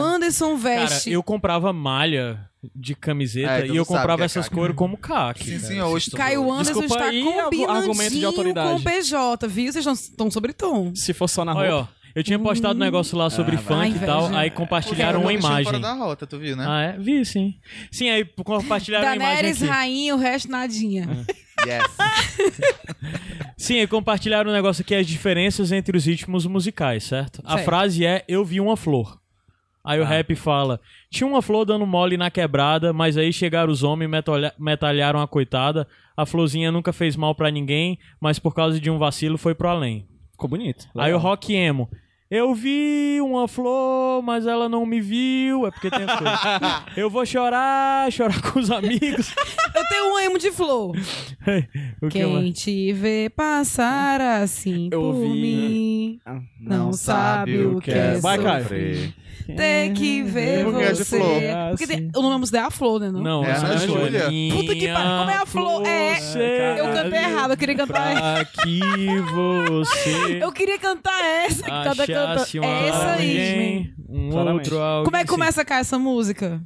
Cara, Anderson veste. eu comprava malha de camiseta É, e tu eu sabe que comprava é essas caque, cores né? como caque. Sim, cara. sim, hoje. Caio Anderson Desculpa está aí, argu- argumento de combinandinho com o autoridade. PJ, viu? Vocês estão sobre tom. Se for só na roupa. Olha, ó, eu tinha postado um negócio lá sobre Ah, funk vai. e tal, Inveja. aí compartilharam uma imagem. fora da rota, tu viu, né? Ah, é? Vi, sim. Sim, aí compartilharam uma imagem Daenerys, aqui. rainha, o resto nadinha. Yes. Sim, aí compartilharam um negócio aqui, as diferenças entre os ritmos musicais, certo? A Certo. frase é, eu vi uma flor. Aí o rap fala, tinha uma flor dando mole na quebrada, mas aí chegaram os homens e metalha- metalharam a coitada. A florzinha nunca fez mal pra ninguém, mas por causa de um vacilo foi pro além. Ficou bonito. Aí o Legal. rock emo. Eu vi uma flor, mas ela não me viu. É porque tem as coisas. Eu vou chorar, chorar com os amigos. É. Eu tenho um emo de flor. O que mais? Quem te vê passar assim Eu por ouvi. mim, Ah. não sabe o que é Vai, Caio. sofrer. é. ter que ver Por que é de você. flor? Porque Ah, tem- o nome da música é a flor, né? Não? Não, É, essa Ana é Júlia. Joaninha Puta que pariu, como é a flor? É, você Eu cantei errado, eu queria cantar. Pra que você Eu queria cantar essa que cada canta. achasse um É essa aí. alguém, um Claramente. outro alguém. Como é que sim. começa cá essa música?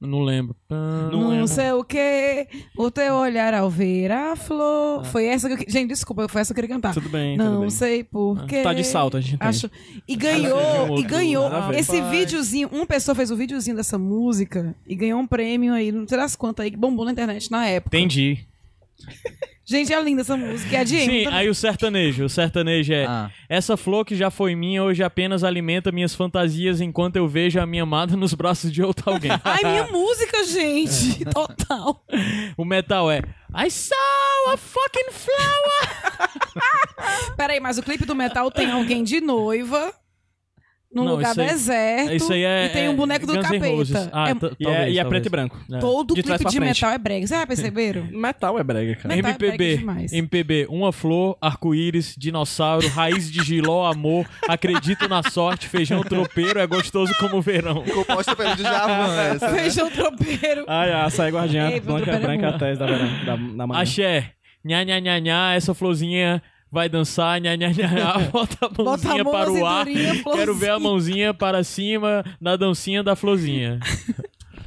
Não lembro. Não Não, lembro. sei o que, o teu olhar ao ver a flor. Foi essa que eu. que- Gente, desculpa, foi essa que eu queria cantar. Ah. Tudo bem, tudo Não bem. sei por quê. Tá de salto, a gente entende. Acho... E Nada a ver um ganhou, e outro, ganhou nada a ver. esse videozinho. Uma pessoa fez o videozinho dessa música e ganhou um prêmio aí, não sei das quantas aí, que bombou na internet na época. Entendi. Gente, é linda essa música. É a de Sim, Emo também. aí o sertanejo. O sertanejo é. Ah. Essa flor que já foi minha hoje apenas alimenta minhas fantasias enquanto eu vejo a minha amada nos braços de outro alguém. Ai, minha música, gente. Total. o metal é. I saw a fucking flower! Peraí, mas o clipe do metal tem alguém de noiva. Num Não, lugar isso aí- deserto. Isso aí é. E tem um é boneco do Guns N' Roses. capeta. Ah, É- E, t- é, talvez, e é talvez. preto e branco. É. Todo De trás clipe pra de frente. metal é brega. Vocês já perceberam? Metal é brega, cara. Metal é brega MPB, demais. MPB, uma flor, arco-íris, dinossauro, raiz de giló, amor, acredito na sorte, feijão tropeiro é gostoso como o verão. Composta pelo Djavan, essa. né? Feijão tropeiro. Ai, a açaí guardiã Ei, vou branca, tropear branca uma. atrás da, varanda- da, da manhã. Axé, nha nha nha nha, essa florzinha vai dançar, nha nha nha, nha, bota a Bota a mãozinha mão na para o ar. cinturinha, Quero ver florzinha. a mãozinha para cima da dancinha da florzinha.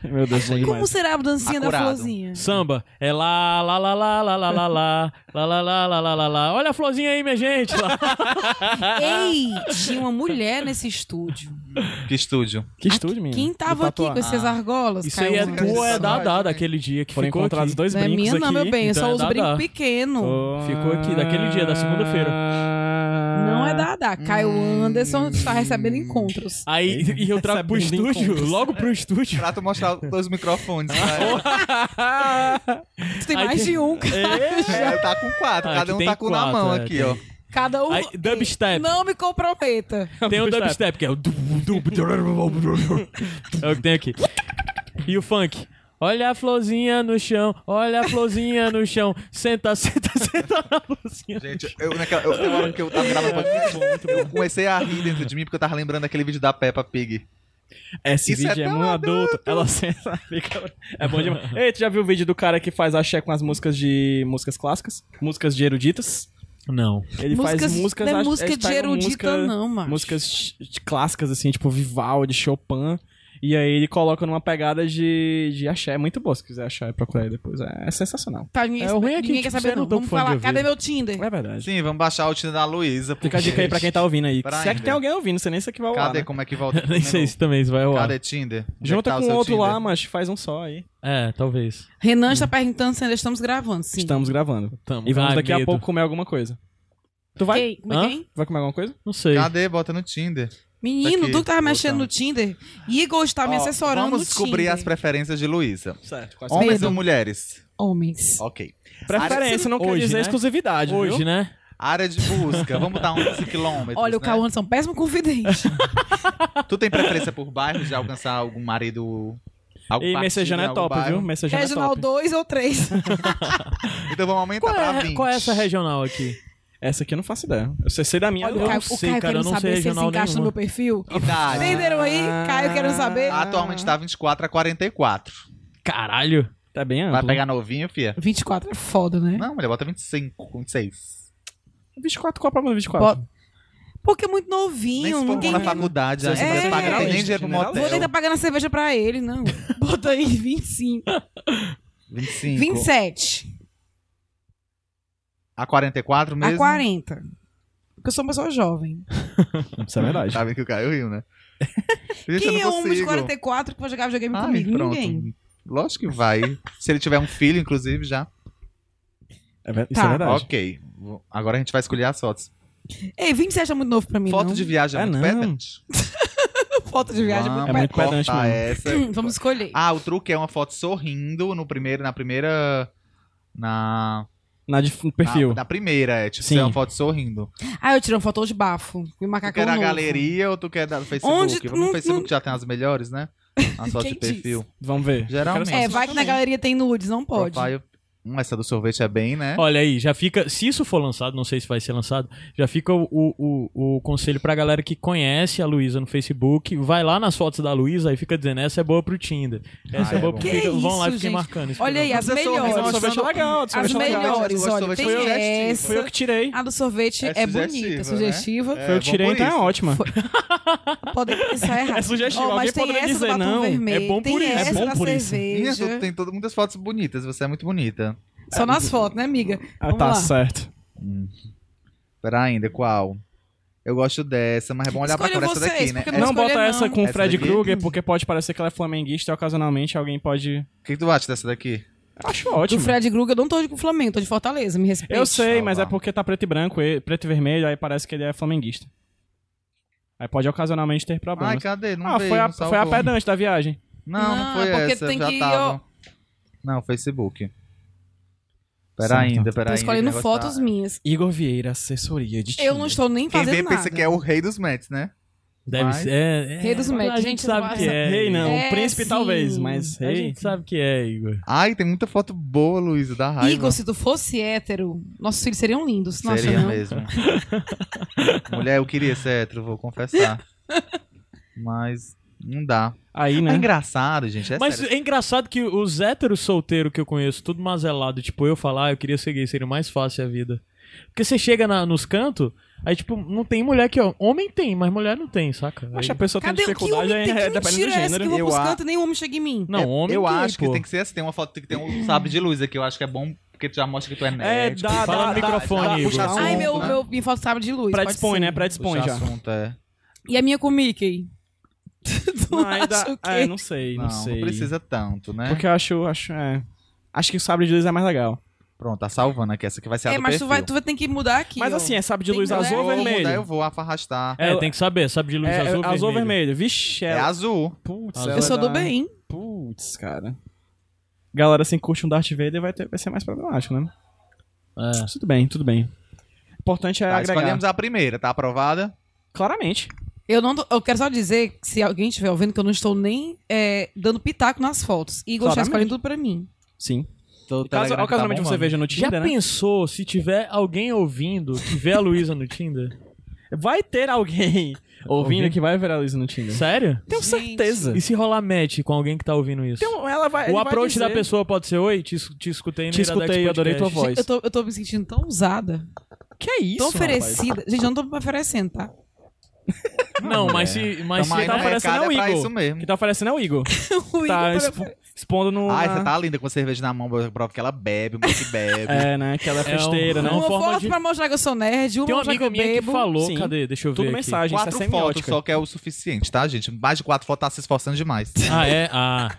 Meu Deus, bom Como demais. será a dancinha da Acurado. florzinha? Samba é lá, lá, lá, lá, lá, lá, lá, lá, lá, lá, lá, lá, lá, lá, lá. Olha a florzinha aí, minha gente. Lá. Ei, tinha uma mulher nesse estúdio. Que estúdio. Que estúdio, menino. Quem tava Do aqui Tatuá. com essas Ah. argolas? Isso aí é Caio Anderson? tua, é da Dá, daquele dia que Foram ficou encontrados aqui. dois Não é brincos minha, não, aqui. meu bem. então eu é só uso da brinco Dá. pequeno. Ficou aqui, daquele dia, da segunda-feira. Não é da Dá. Caio Hum. Anderson está recebendo encontros. Aí e eu trago pro Recebendo estúdio, encontros. logo pro estúdio. Pra tu mostrar dois microfones. Né? Tu tem Aí mais tem- de um, cara. É, tá com quatro, Ah, aqui cada um tem tá com na quatro, mão é, aqui, tem. ó. Cada um. Aí, dubstep. Não me comprometa. Tem o dubstep, que é o... dub, dub, É o que tem aqui. E o funk. Olha a florzinha no chão, olha a florzinha no chão. Senta, senta, senta na florzinha. Gente, eu, naquela, eu, tem uma hora que eu tava gravando podcast, eu comecei a rir dentro de mim porque eu tava lembrando daquele vídeo da Peppa Pig. Esse Isso vídeo é, é tão muito adulto. Ela senta, fica. É bom demais. Ei, tu já viu o vídeo do cara que faz axé com as músicas de. músicas clássicas? Músicas de eruditas? Não. Ele faz músicas. Não é acho- música eles de pegam erudita, música- não, mano. Músicas ch- ch- clássicas, assim, tipo Vivaldi, Chopin. E aí ele coloca numa pegada de, de axé. É muito boa, se quiser achar e procurar aí depois. É, é sensacional. Tá, ninguém, É, o ruim é que, ninguém tipo, quer você saber, não não. tem um Vamos fone de falar. ouvido. Cadê meu Tinder? É verdade. Sim, vamos baixar o Tinder da Luísa. Fica a dica aí pra quem tá ouvindo aí. Pra se é que ainda. tem alguém ouvindo, você nem sei que vai lá. Cadê? né? Como é que volta? pro Nem Tá sei menu? se também isso vai rolar. Cadê Tinder? Onde é que tá Junta tá o com seu outro Tinder? lá, mas faz um só aí. É, talvez. Renan está perguntando se ainda estamos gravando. Sim. Estamos gravando. Tamo. E vamos Ah, daqui a medo. pouco comer alguma coisa. Tu vai? Quem? Como é Hã? quem? Vai comer alguma coisa? Não sei. Cadê? Bota no Tinder. Menino, Daqui, tu que tava mexendo voltando. no Tinder. Igor está Tá me Ó, assessorando Vamos no descobrir Tinder. as preferências de Luísa. Certo. Homens Pedro. ou mulheres? Homens. Ok. Preferência não quer Hoje, dizer né? exclusividade, Hoje, né? Área de busca. Vamos botar 11 quilômetros. Olha, o né? Cauã são péssimo confidente. Tu tem preferência por bairro de alcançar algum marido. Algum E partido Messejana em é algum top, bairro? viu? Messejana é Regional top. 2 ou 3. Então vamos aumentar Qual pra é, 20. qual é essa regional aqui? Essa aqui eu não faço ideia. Eu sei, sei da minha. Olha, eu o Caio, não o sei. Caio cara, eu querendo não saber sei se ele se regional encaixa no nenhuma. meu perfil. Idade. Entenderam aí? Caio Ah. querendo saber. Atualmente tá 24 a 44. Uhum. Caralho. Tá bem amplo. Vai pegar novinho, fia? 24 é foda, né? Não, mulher, bota 25, 26. 24, qual é o problema do 24? Porque é muito Nem novinho, se for ninguém. na faculdade, acho que É. não paga nem dinheiro pro Generalista, Vou motel. tentar pagar na cerveja pra ele, não. Bota aí 25. 25 27 a 44 mesmo? a 40. Porque eu sou uma pessoa jovem. Isso é verdade. Tá vendo que o Caio riu, né? Gente, Quem é eu não um de consigo. 44 que vai jogar videogame Ai, comigo? pronto. Ninguém. Lógico que vai. Se ele tiver um filho, inclusive, já. É ver- Isso Tá. é verdade. Ok. Vou- Agora a gente vai escolher as fotos. Ei, 27 é muito novo pra mim, Foto não. de viagem é, É, muito não. pedante. Foto de viagem é muito É Vamos muito perto. pedante cortar mesmo. essa. Hum, Vamos escolher. Ah, o truque é uma foto sorrindo no primeiro, na primeira. Na. Na de f- perfil. Na, na primeira, é. Tipo, Sim. é uma foto sorrindo. Ah, eu tirei uma foto de bafo. E Tu macacão quer na novo. galeria ou tu quer da- no Facebook? Onde- Vamos não- no Facebook que já tem as melhores, né? As fotos de Quem disse? perfil. Vamos ver. Geralmente. É, vai que na galeria tem nudes, não pode. Profile- Hum, essa do sorvete é bem, né? Olha aí, já fica. Se isso for lançado, não sei se vai ser lançado, já fica o, o, o, o conselho pra galera que conhece a Luísa no Facebook. Vai lá nas fotos da Luísa e fica dizendo: essa é boa pro Tinder. Essa Ah, é, é boa bom. pro Que Tinder. Vão lá e isso, fiquem gente. marcando. Olha aí, as Mas é Mas sorvete, Olha, o melhores. sorvete é legal. o As sorvete é legal. melhores, Sorvete olha, tem foi eu. essa. Foi eu que tirei. A do sorvete É é, bonita, sugestiva, sugestiva. né? Foi eu que bom tirei, por então é isso. ótima. Podem pensar errado. É sugestivo, Ó, alguém mas tem poderia essa dizer, do batom não, é vermelho, bom por tem isso, é essa bom da por isso. cerveja. Minha, tu tem todas muitas fotos bonitas, você é muito bonita. Só nas fotos, né, amiga? Ah, Vamos tá lá. certo. Pera ainda, qual? Eu gosto dessa, mas é bom olhar pra Escolha cor essa vocês, daqui, né? porque É- Não Não escolher, bota essa não. com o Essa Fred daqui? Krueger, porque pode parecer que ela é flamenguista e ocasionalmente alguém pode. O que, que tu acha dessa daqui? Acho Do ótimo. Fred Krueger, eu não tô de com o Flamengo, tô de Fortaleza, me respeita. Eu sei, Ah, mas lá. é porque tá preto e branco, e- preto e vermelho, aí parece que ele é flamenguista. Aí pode ocasionalmente ter Ai, problemas. cadê? Não ah, veio, foi a, não foi a salvou. pedante da viagem. Não, Não, não foi Ah, porque essa, tem já que- tava. Não, Facebook. Pera Certo. ainda, Tô pera ainda. escolhendo o negócio fotos tá- minhas. Igor Vieira, assessoria de Eu não estou nem Quem fazendo vê nada. pensa que é o rei dos matches, né? Deve Mas- ser. É, é, Rei dos Mac, A gente gente, não sabe que passa- é. Rei não, É, príncipe sim. talvez, mas A rei. gente sabe que é, Igor. Ai, tem muita foto boa, Luísa, da raiva. Igor, se tu fosse hétero, nossos filhos seriam lindos, não acha Seria não? mesmo. Mulher, eu queria ser hétero, vou confessar. Mas não dá. Aí, né? É engraçado, gente. É Mas sério. é engraçado que os héteros solteiros que eu conheço, tudo mazelado, tipo, eu falar, "Ah, eu queria ser gay, seria mais fácil a vida. Porque você chega na- nos cantos, aí, tipo, não tem mulher que. ó, Homem tem, mas mulher não tem, saca? Acho que a Aí- pessoa Cadê tem o que dificuldade, homem aí é, tem? Que depende do mentira é essa que eu gênero. vou Eu pros a- cantos e nenhum homem chega em mim? Não, É, homem Eu gay, acho pô. que tem que ser assim. Tem uma foto que tem um sabe de luz aqui. Eu acho que é bom porque tu já mostra que tu é nerd. dá- puxa fala no assunto, microfone, né? Igor. Puxa assunto, Ai, meu, né? meu, minha foto sabe de luz. pode Predispõe, ser. né? Predispõe Puxa já. assunto, é. E a minha com o Mickey? tu Não, acha o ainda... quê? É, não sei, Não, não, não, sei. precisa tanto, né? Porque eu acho, acho, é... Acho que o sabre de luz é mais legal. Pronto, tá salvando aqui. Essa aqui vai ser a É, do mas tu perfil. vai, tu vai ter que mudar aqui. Mas ó. assim, é sabre de Tem luz que mudar. azul ou eu vou mudar, vermelho? eu vou arrastar. É, Eu- tem que saber, sabe de luz É, azul, azul, vermelho. ou vermelho? Vixe, É, ela- azul. Putz, Azul. ela Eu sou do é dá- bem. Putz, cara. Galera, assim, curte um Darth Vader vai, ter, vai ser mais problemático, né? É. Mas Tudo bem, tudo bem. O importante é Tá, agregar. escolhemos a primeira, tá aprovada? Claramente. Eu, não tô- eu quero só dizer, que se alguém estiver ouvindo, que eu não estou nem é, dando pitaco nas fotos. Igor está Claramente. escolhendo tudo pra mim. Sim. Tô, Caso, Telegram tá ocasionalmente bombando. você veja no Já Tinder, né? pensou se tiver alguém ouvindo que vê a Luísa no Tinder? Vai ter alguém ouvindo Ouvindo? que vai ver a Luiz no Tinder. Sério? Tenho Gente. certeza. E se rolar match com alguém que tá ouvindo isso? um- Então ela vai. ele o vai approach dizer- da pessoa pode ser: Oi, te, es- te escutei no Te Iradex escutei, adorei tua Podcast." voz. Eu tô, eu tô me sentindo tão usada, Que é isso? tão rapaz? oferecida. Gente, eu não tô me oferecendo, tá? Não, mas se. Mas Então, se aí tá no aparecendo mercado é o é pra Igor. isso mesmo. Que tá oferecendo é o Igor. O Igor tá tá- expo- expondo no. Ai, na- você tá linda com cerveja na mão, prova que ela bebe, muito que bebe. É, né? Que ela é É um- festeira, né? uma Uma forma foto de- pra mostrar que eu sou nerd, uma um Tem uma mostrar amiga que eu minha que bebo. falou. Sim. Cadê? Deixa eu ver. Tudo aqui. mensagem, Quatro isso é fotos semiótica. só que é o suficiente, tá, gente? Mais de quatro fotos tá se esforçando demais. Ah, é? Ah.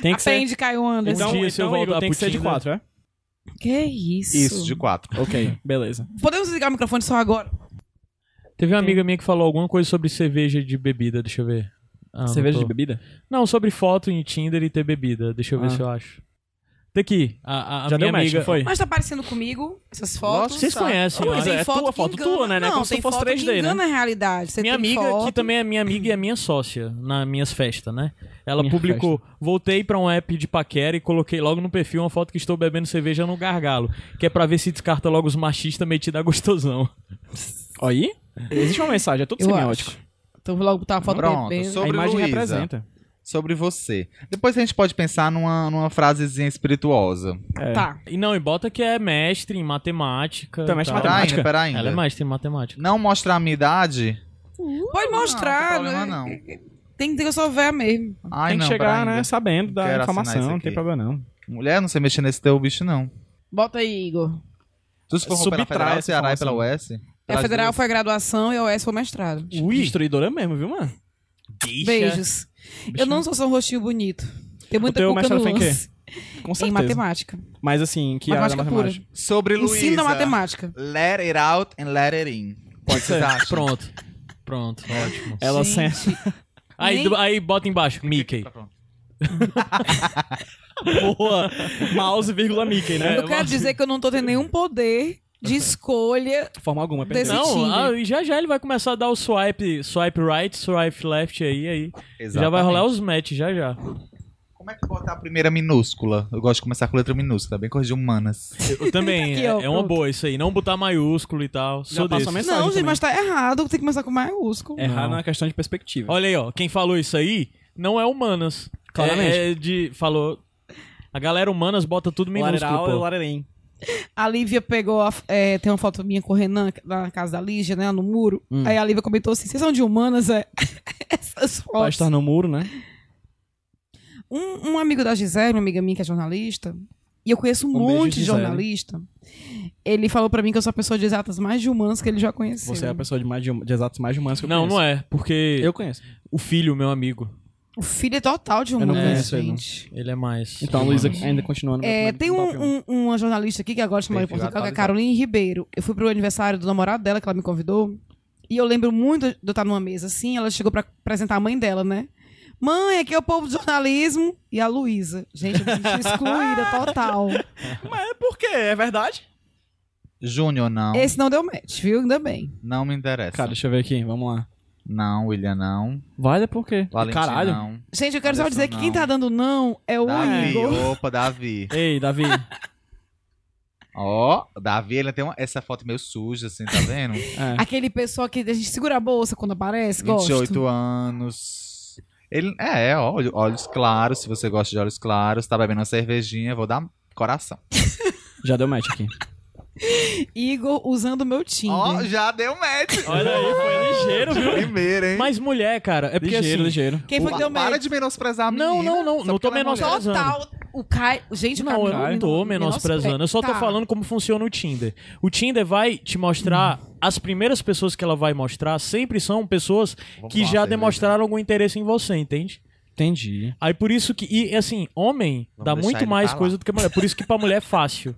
Tem que ser. Aprende, Caio Anderson. Então, Um dia, se eu então Igor, voltar tem pro que ser de Tinder- quatro, é? Que isso? Isso, de quatro. Ok, beleza. Podemos ligar o microfone só agora? Teve uma amiga minha que falou alguma coisa sobre cerveja de bebida, deixa eu ver. Ah, não Cerveja tô. de bebida? Não, sobre foto em Tinder e ter bebida. Deixa eu ver Ah. se eu acho. Daqui, a, a Já minha deu match, amiga... não foi? Mas tá parecendo comigo essas fotos. Tá. Vocês conhecem, Mas né? é tua foto que tua, né? Não é Não, como se tem fosse foto 3D, que né? engana a realidade. Você minha tem amiga, foto, que também é minha amiga e é minha sócia nas minhas festas, né? Ela Minha publicou: voltei pra um app de paquera e coloquei logo no perfil uma foto que estou bebendo cerveja no gargalo, que é pra ver se descarta logo os machistas metidos a gostosão. Aí? Existe uma mensagem, é tudo Eu semiótico. acho. Então vou logo botar uma foto Pronto, bebendo. sou- A Sobre imagem Luísa. Tá representa. Sobre você. Depois a gente pode pensar numa, numa frasezinha espirituosa. É. Tá. E não, e bota que é mestre em matemática. Tu é e mestre em tal. Pera matemática? ainda, pera Ela é ainda. mestre em matemática. Não mostrar a minha idade? Pode mostrar, Uh, não, né? tem problema, Tem que ter que eu sou véia mesmo. não. Ai, tem que não, pera chegar, ainda. né, sabendo da Quero assinar informação, isso não aqui. tem problema não. Mulher, não sei mexer nesse teu bicho, não. Bota aí, Igor. Tu se formou pela Subtrai Federal, essa É Ceará e pela UES? A Pelas É federal duas? foi a graduação e a OS foi o mestrado. Ui. Destruidora mesmo, viu, mano? é. Beijos. Eu não sou só um rostinho bonito. Tem muita teu cuca mestrado no foi em quê? lance. Com Em certeza. matemática. Mas assim, que área da matemática pura. matemática? Sobre Luísa. Ensino da matemática. Let it out and let it in. Pode ser. Pronto. Pronto, ótimo. Ela sem... Gente, Aí, Nem- aí bota embaixo, Mickey. Boa. Mouse, vírgula Mickey, né? Eu quero dizer que eu não tô tendo nenhum poder de escolha. Forma alguma, Desse- perdeu. Não, Tinder. ah, e já já ele vai começar a dar o swipe, swipe right, swipe left aí, aí. Já vai rolar os match, já já. Como é que bota a primeira minúscula? Eu gosto de começar com letra minúscula, bem coisa de humanas. Eu também, Aqui, é, ó, é uma pronto. boa isso aí. Não botar maiúsculo e tal. Já Sou passa desse. a mensagem Não, gente, também. mas tá errado. Tem que começar com maiúsculo. Errar Não. não é questão de perspectiva. Olha aí, ó. Quem falou isso aí não é humanas. Claramente. É, é de. Falou. A galera humanas bota tudo minúsculo. Lateral e Pô. Larerém. A Lívia pegou. a- é, tem uma foto minha com o Renan na casa da Lígia, né? No muro. Hum. Aí a Lívia comentou assim: vocês são de humanas, é? Essas Pode fotos. estar no muro, né? Um, um amigo da Gisele, uma amiga minha que é jornalista, e eu conheço um, Um beijo, monte de Gisele. jornalista. Ele falou pra mim que eu sou a pessoa de exatas mais de humanas que ele já conheceu. Você é a pessoa de, mais de, de exatos mais de humanos que eu Não, conheço. não é. Porque Eu conheço. o filho, meu amigo, O filho é total de não humanas, conheço ele, não. gente. ele é mais. Então, a humanas. Luísa ainda continuando. É, mas- tem mas- um- um- uma jornalista aqui que agora chama de Perfil Portugal, que é a atualizado. Caroline Ribeiro. Eu fui pro aniversário do namorado dela, que ela me convidou. E eu lembro muito de eu estar numa mesa assim, ela chegou pra apresentar a mãe dela, né? Mãe, aqui é o povo do jornalismo. E a Luísa. Gente, eu me senti excluída total. Mas por quê? É verdade? Júnior, não. Esse não deu match, viu? Ainda bem. Não me interessa. Cara, deixa eu ver aqui. Vamos lá. Não, William, não. Vale por quê? Valentim, Caralho. não. Gente, eu quero só Anderson, dizer que quem não. tá dando não é o Davi, Igor. opa, Davi. Ei, Davi. Ó, Davi, ele tem uma, essa foto meio suja, assim, tá vendo? É. Aquele pessoal que a gente segura a bolsa quando aparece, gosta. 28 anos. Ele, é, ó, olho- olhos claros, se você gosta de olhos claros, tá bebendo uma cervejinha, vou dar coração. Já deu match aqui. Igor usando o meu Tinder. Ó, já deu match. Olha aí, foi ligeiro, viu? Primeiro, hein? Mas mulher, cara, é porque ligeiro, assim. ligeiro. Quem foi que deu match? Para de menosprezar a Não, menina, não, não, só não porque tô ela é mulher. menosprezando. Total. O Caio. Gente, o Não, eu Camilo não tô me- menosprezando. Eu só tô tá. falando como funciona o Tinder. O Tinder vai te mostrar. As primeiras pessoas que ela vai mostrar sempre são pessoas Vamos que lá, já cerveja. demonstraram algum interesse em você, entende? Entendi. Aí por isso que. E assim, homem Vamos dá deixar muito ele mais falar. coisa do que mulher. Por isso que pra mulher é fácil.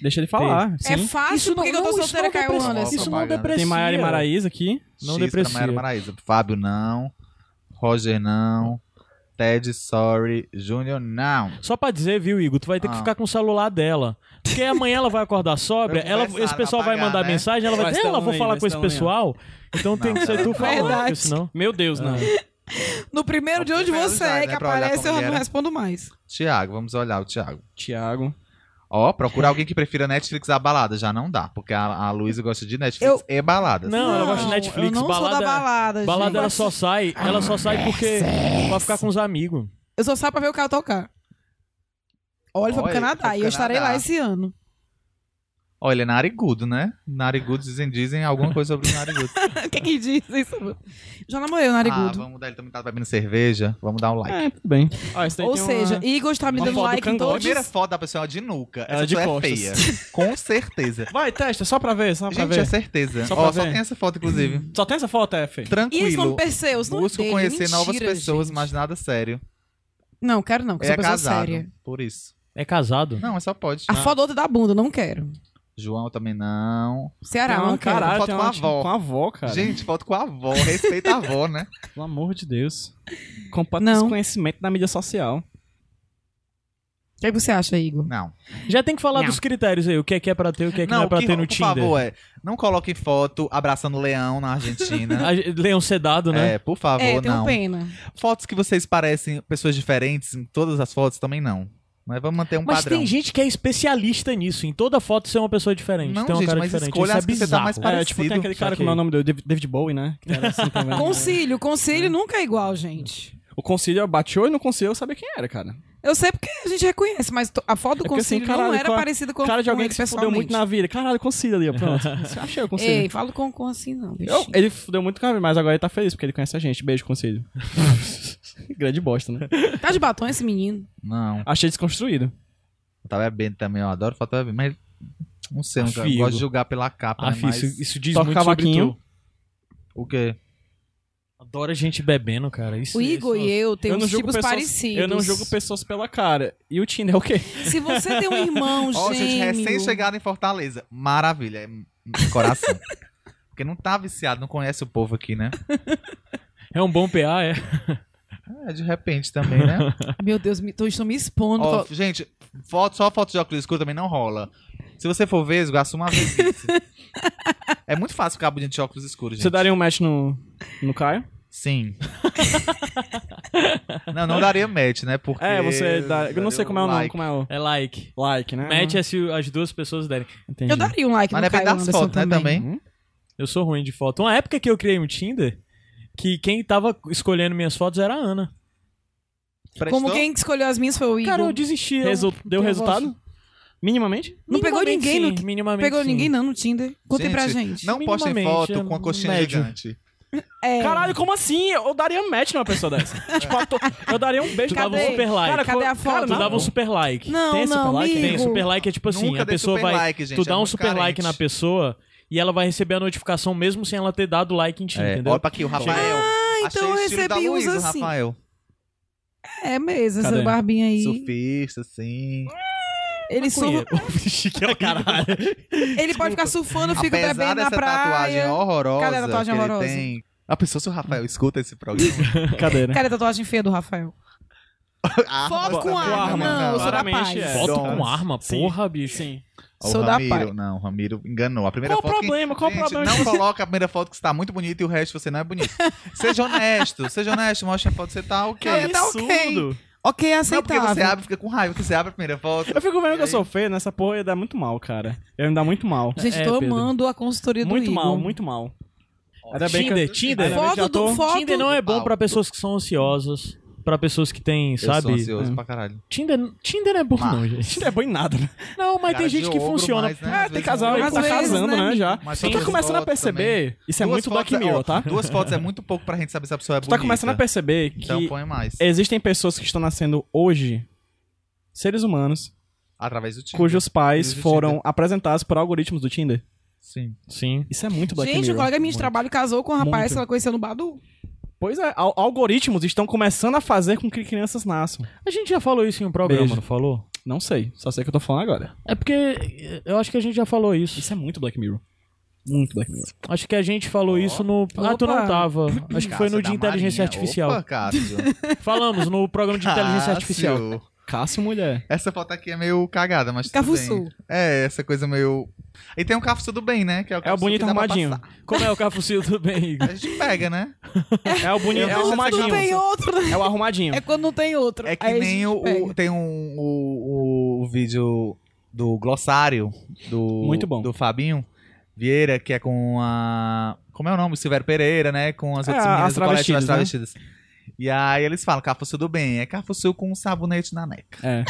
Deixa ele falar. É Sim. fácil isso porque eu tô solteira, é isso não Caio deprecia- Anderson. Isso não Propaganda. deprecia. Tem Maiara e Maraís aqui. Não X deprecia. Pra Mayra Maraíza. Fábio, não. Roger, não. Ted, sorry. Júnior, não. Só pra dizer, viu, Igor, tu vai ter que Ah. ficar com o celular dela. Porque amanhã ela vai acordar sóbria, Vai ela, conversar, esse pessoal vai apagar, mandar né? mensagem, ela vai Vai dizer, ela estar vou um aí, falar vai com esse estar um aí, ó. pessoal. Então tem Não, que ser não. tu falando, porque Verdade. senão... Meu Deus, não. No primeiro de onde Primeiro você slide, é que né, pra olhar aparece, como eu ele não era. respondo mais. Tiago, vamos olhar o Tiago. Tiago. Ó, procura alguém que prefira Netflix à balada. Já não dá, porque a, a Luísa gosta de Netflix Eu- e baladas. Não, ela gosta de Netflix, eu não sou balada- da balada, Balada gente. ela só sai, ela só sai porque pra ficar com os amigos. Eu só saio pra ver o Caio tocar. Olha, ele foi pro Olha, Canadá foi pro e eu estarei Canadá. lá esse ano. Olha, ele é narigudo, né? Narigudo dizem, dizem alguma coisa sobre o narigudo. O que que diz isso? Já namorei o ah, narigudo. vamos dar, ele também tá bebendo cerveja. Vamos dar um like. É, tudo bem. Ó, esse daí Ou tem seja, uma- Igor está me uma dando foto do like em cangote. A todos. primeira foto da pessoa é de nuca. Ela Essa é de pessoa é costas. feia. Com certeza. Vai, testa, só pra ver, só pra Gente, ver. é certeza. Só pra Ó, só ver. tem essa foto, inclusive. Só tem essa foto, é, Fê? E Tranquilo. esse nome Perseus? Não é Busco dele, conhecer mentira, novas pessoas, gente. mas nada sério. Não, quero não, que eu Ele sou é pessoa casado, séria. por isso. É casado? Não, é só pode. Ah. A foto outra da bunda, não quero. João também não. Ceará, Tem uma- não quero. caralho, Foto tem com a uma avó. com a avó, cara. Gente, foto com a avó. Respeita a avó, né? Pelo amor de Deus. Completo Não. desconhecimento da mídia social. que, é que você acha, Igor? Não. Já tem que falar Não. dos critérios aí. O que é que é pra ter, o que é que não, não, é pra que- ter no por Tinder. favor, é. Não coloquem foto abraçando leão na Argentina. A- Leão sedado, né? né? É, por favor, é, tem não. uma pena. Fotos que vocês parecem pessoas diferentes em todas as fotos também não. Mas vamos manter um mas padrão. tem gente que é especialista nisso. Em toda foto ser uma pessoa diferente. Não, tem uma gente, cara mas diferente. escolha Isso é as que você tá bizarro. mais É, É, tipo, tem aquele cara Saquei. como é o nome dele? Dav- David Bowie, né? Que era assim também, né? Concílio, concílio nunca é igual, gente. O concílio bateu e no concílio eu sabia quem era, cara. Eu sei porque a gente reconhece, mas to- a foto do É porque, assim, concílio não caralho, era cara- parecida com, cara de com alguém que ele se fudeu muito na pessoalmente. vida. Caralho, concílio ali, ó, pronto. Achei o concílio. Ei, falo com, com assim não, bicho. Eu- ele fudeu muito com a vida, mas agora ele tá feliz porque ele conhece a gente. Beijo, concílio. Grande bosta, né? Tá de batom esse menino? Não, Achei desconstruído. tá bebendo também, eu adoro foto bebendo, mas não sei, eu nunca- eu Figo. gosto de julgar pela capa, Ah, né, fi, mas... isso, isso diz Toca muito sobre cavaquinho. tu. O quê? Adora gente bebendo, cara. Isso, O Igor isso- e eu eu temos não julgo tipos pessoas, parecidos. Eu não jogo pessoas pela cara. E o Tinder é o quê? Se você tem um irmão Ó, gente, gêmeo... recém-chegada em Fortaleza. Maravilha, é um coração. Porque não tá viciado, não conhece o povo aqui, né? É um bom PA, é. É, de repente também, né? Meu Deus, me, tô, estou me expondo. Ó, gente, foto, só foto de óculos escuros também não rola. Se você for vesgo, assuma a vesguice. é muito fácil ficar bonito de óculos escuros, gente. Você daria um match no, no Caio? Sim. não, não daria match, né? Porque... É, você dá. Eu não sei como é o nome, like. como é o. É like. Like, né? Match é se as duas pessoas derem. Entendi. Eu daria um like Mas no depende Caio das Anderson fotos, né, também. também. Eu sou ruim de foto. Uma época que eu criei um Tinder, que quem tava escolhendo minhas fotos era a Ana. Como quem escolheu as minhas foi o Igor. Cara, eu desisti. eu- Resu- Deu eu resultado? Minimamente? não pegou Minimamente ninguém sim, Minimamente Pegou sim. ninguém não no Tinder. Contem pra gente. Não postem Minimamente, foto com a coxinha médio. gigante. É. Caralho, como assim? Eu daria match numa pessoa dessa. tipo, eu, tô- eu daria um beijo Tu dava um Cadê? super like. Cara, Cadê a co- foto? cara, Tu não. dava um super like. Não, tem esse não, like? amigo. Tem, super like é tipo assim, Nunca a dê pessoa super vai... like, gente. tu dá é um muito super like carente. na pessoa e ela vai receber a notificação mesmo sem ela ter dado like em ti, É, entendeu? olha pra aqui, o Rafael. então eu Achei o estilo da recebi uns Luísa, assim. Rafael. É mesmo, essa Cadê? barbinha aí. Surfista, assim. Ele surfa, que é caralho. ele pode ficar surfando, fica Apesar bebendo na dessa tatuagem praia. horrorosa Cadê a tatuagem que ele horrorosa? tem. A pessoa, se o Rafael escuta esse programa... Cadê, né? Cara, a tatuagem feia do Rafael. A Foto arma com também, arma, né? não, eu sou da Claramente paz. é. Foto Dons. com arma, Sim. porra, bicho. Sim. O Sou da Ramiro, pai. Não, o Ramiro enganou. A primeira Qual o foto que- problema? Qual o Gente, problema? Não coloca a primeira foto que você tá muito bonito e o resto você não é bonito. seja honesto, seja honesto, mostra a foto que você tá ok. Que tá ok. absurdo. Ah, Ok, Não, porque é aceitável. você abre e fica com raiva, porque você abre a primeira foto. Eu fico vendo E que eu É. aí? sou feio nessa porra ia dar muito mal, cara. Ia me dar muito mal. Gente, É, tô Pedro. amando a consultoria do Muito Igor. mal, muito mal. Ainda bem que eu- Tinder, Tinder. Ainda bem que Foto já do tô- foto. Tinder não é bom pra pessoas que são ansiosas, pra pessoas que têm, Ah, Eu sou sabe? ansioso É. pra caralho. Tinder, Tinder não é bom Mas- não, gente. Tinder é bom em nada, né? Não, mas Cara tem de gente que ogro funciona. mais, né? É, Às tem vezes casal aí não. que tá Às vezes, casando, né, né, já. é Mas Tu só tá duas começando a fotos perceber, isso é Duas muito fotos Black Mirror, ó, tá? Duas fotos é muito pouco pra gente saber se a pessoa é Tu bonita. tá começando a perceber que é Então põe mais. existem pessoas que estão nascendo hoje, seres humanos, Através do Tinder. cujos pais Eles do foram Tinder. apresentados por algoritmos do Tinder. Sim. Sim. Isso é muito Black Gente, o Mirror. colega minha de trabalho casou com um rapaz Muito. que ela conheceu no Badu. Pois é, al- algoritmos estão começando a fazer com que crianças nasçam. A gente já falou isso em um programa, Beijo. não falou? Não sei, só sei o que eu tô falando agora. É porque eh, eu acho que a gente já falou isso. Isso é muito Black Mirror. Muito Black Mirror. Acho que a gente falou isso no. Ah, tu não Opa. tava. Acho que foi no Cássio de Hum, da Marinha. inteligência artificial. Opa, Ah, Cássio. Falamos no programa de inteligência artificial. Cássio. Cássio, mulher. Essa foto aqui é meio cagada, mas tudo Cafuçu. bem. É, essa coisa meio... E tem um cafuçu do bem, né? Que é o, É o cafuçu bonito que dá pra arrumadinho. passar. Como é o Cafucil tudo bem, Igor? A gente pega, né? É o bonito, Eu é o acho que Quando não tem arrumadinho. outro, né? É o arrumadinho. É quando não tem outro. É que Aí a nem gente o, pega. o- tem um o, o vídeo do glossário do Muito bom. do Fabinho Vieira, que é com a como é o nome, Silvério Pereira, né, com as É, outras meninas as do colégio, as travestis, né? travestidas. E aí eles falam cafuçu do bem, é cafuçu com sabonete na neca. É.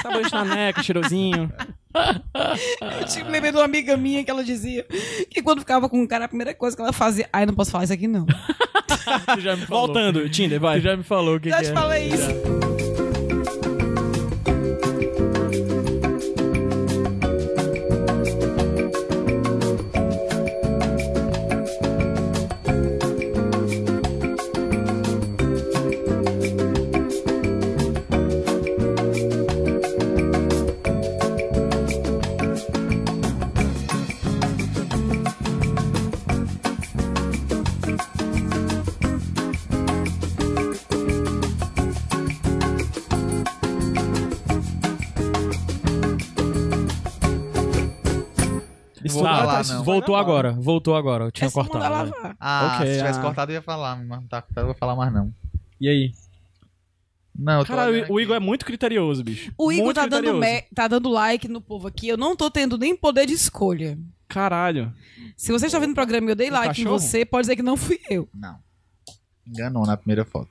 Sabonete na neca, cheirosinho. Eu te lembrei de uma amiga minha que ela dizia que quando ficava com um cara, a primeira coisa que ela fazia. Ai, não posso falar isso aqui, não. Tu já me falou. Voltando, Tinder, Tu vai. já me falou o que, Já que te é. falei Tá. isso. vou Ah, falar, tá, não. Voltou Vai agora, voltou agora. Eu tinha É só mandar cortado. né? lavar. Ah, Ok, se tivesse ah. cortado eu ia falar, mas não tá cortado, eu vou falar mais não. E aí? Não, eu tô Cara, olhando o, o aqui. Igor é muito criterioso, bicho. O Igor Muito tá dando, criterioso. me- tá dando like no povo aqui. Eu não tô tendo nem poder de escolha. Caralho. Se você está vendo o programa e eu dei O like cachorro? em você, pode dizer que não fui eu. Não. Enganou na primeira foto.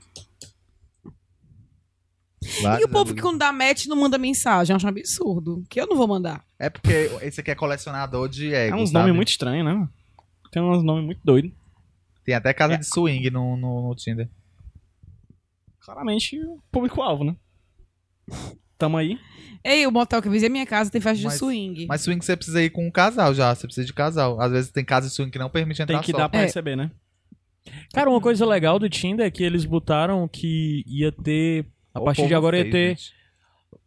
Vários e o povo que amigos. quando dá match não manda mensagem. Eu acho um absurdo. Que eu não vou mandar. É porque esse aqui é colecionador de É egos, uns sabe? nomes muito estranhos, né? mano? Tem uns nomes muito doidos. Tem até casa de swing no, no, no Tinder. Claramente, o público-alvo, né? Tamo aí. Ei, o motel que eu vizinho a minha casa tem festa Mas- de swing. Mas swing você precisa ir com um casal já, você precisa de casal. Às vezes tem casa de swing que não permite entrar Tem que só. dar pra É. receber, né? Cara, uma coisa legal do Tinder é que eles botaram que ia ter. A O partir de povo agora ia fez, ter. gente.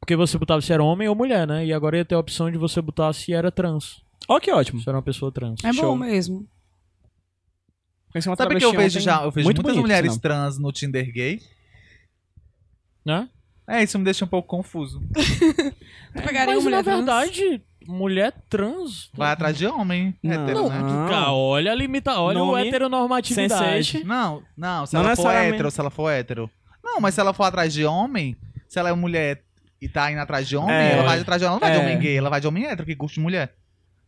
Porque você botava se era homem ou mulher, né? E agora ia ter a opção de você botar se era trans. Ó, que ótimo. Se era uma pessoa trans. É show. bom mesmo. Conheci uma Sabe que travesti eu vejo ontem, já, eu vejo muito muitas bonito, mulheres sinal. trans no Tinder gay. Né? É, isso me deixa um pouco confuso. Tu pegaria Mas uma na mulher trans? verdade, mulher trans. Vai atrás de homem, Não. hétero, né? Não. Cara, olha a limita, olha o Ah. Nome, heteronormatividade. sense8. Não, não, se Não ela for necessariamente. hétero, se ela for hétero. Não, mas se ela for atrás de homem, se ela é mulher e tá indo atrás de homem, É. ela vai atrás de homem, ela não vai É. de homem gay, ela vai de homem hétero, que curte mulher.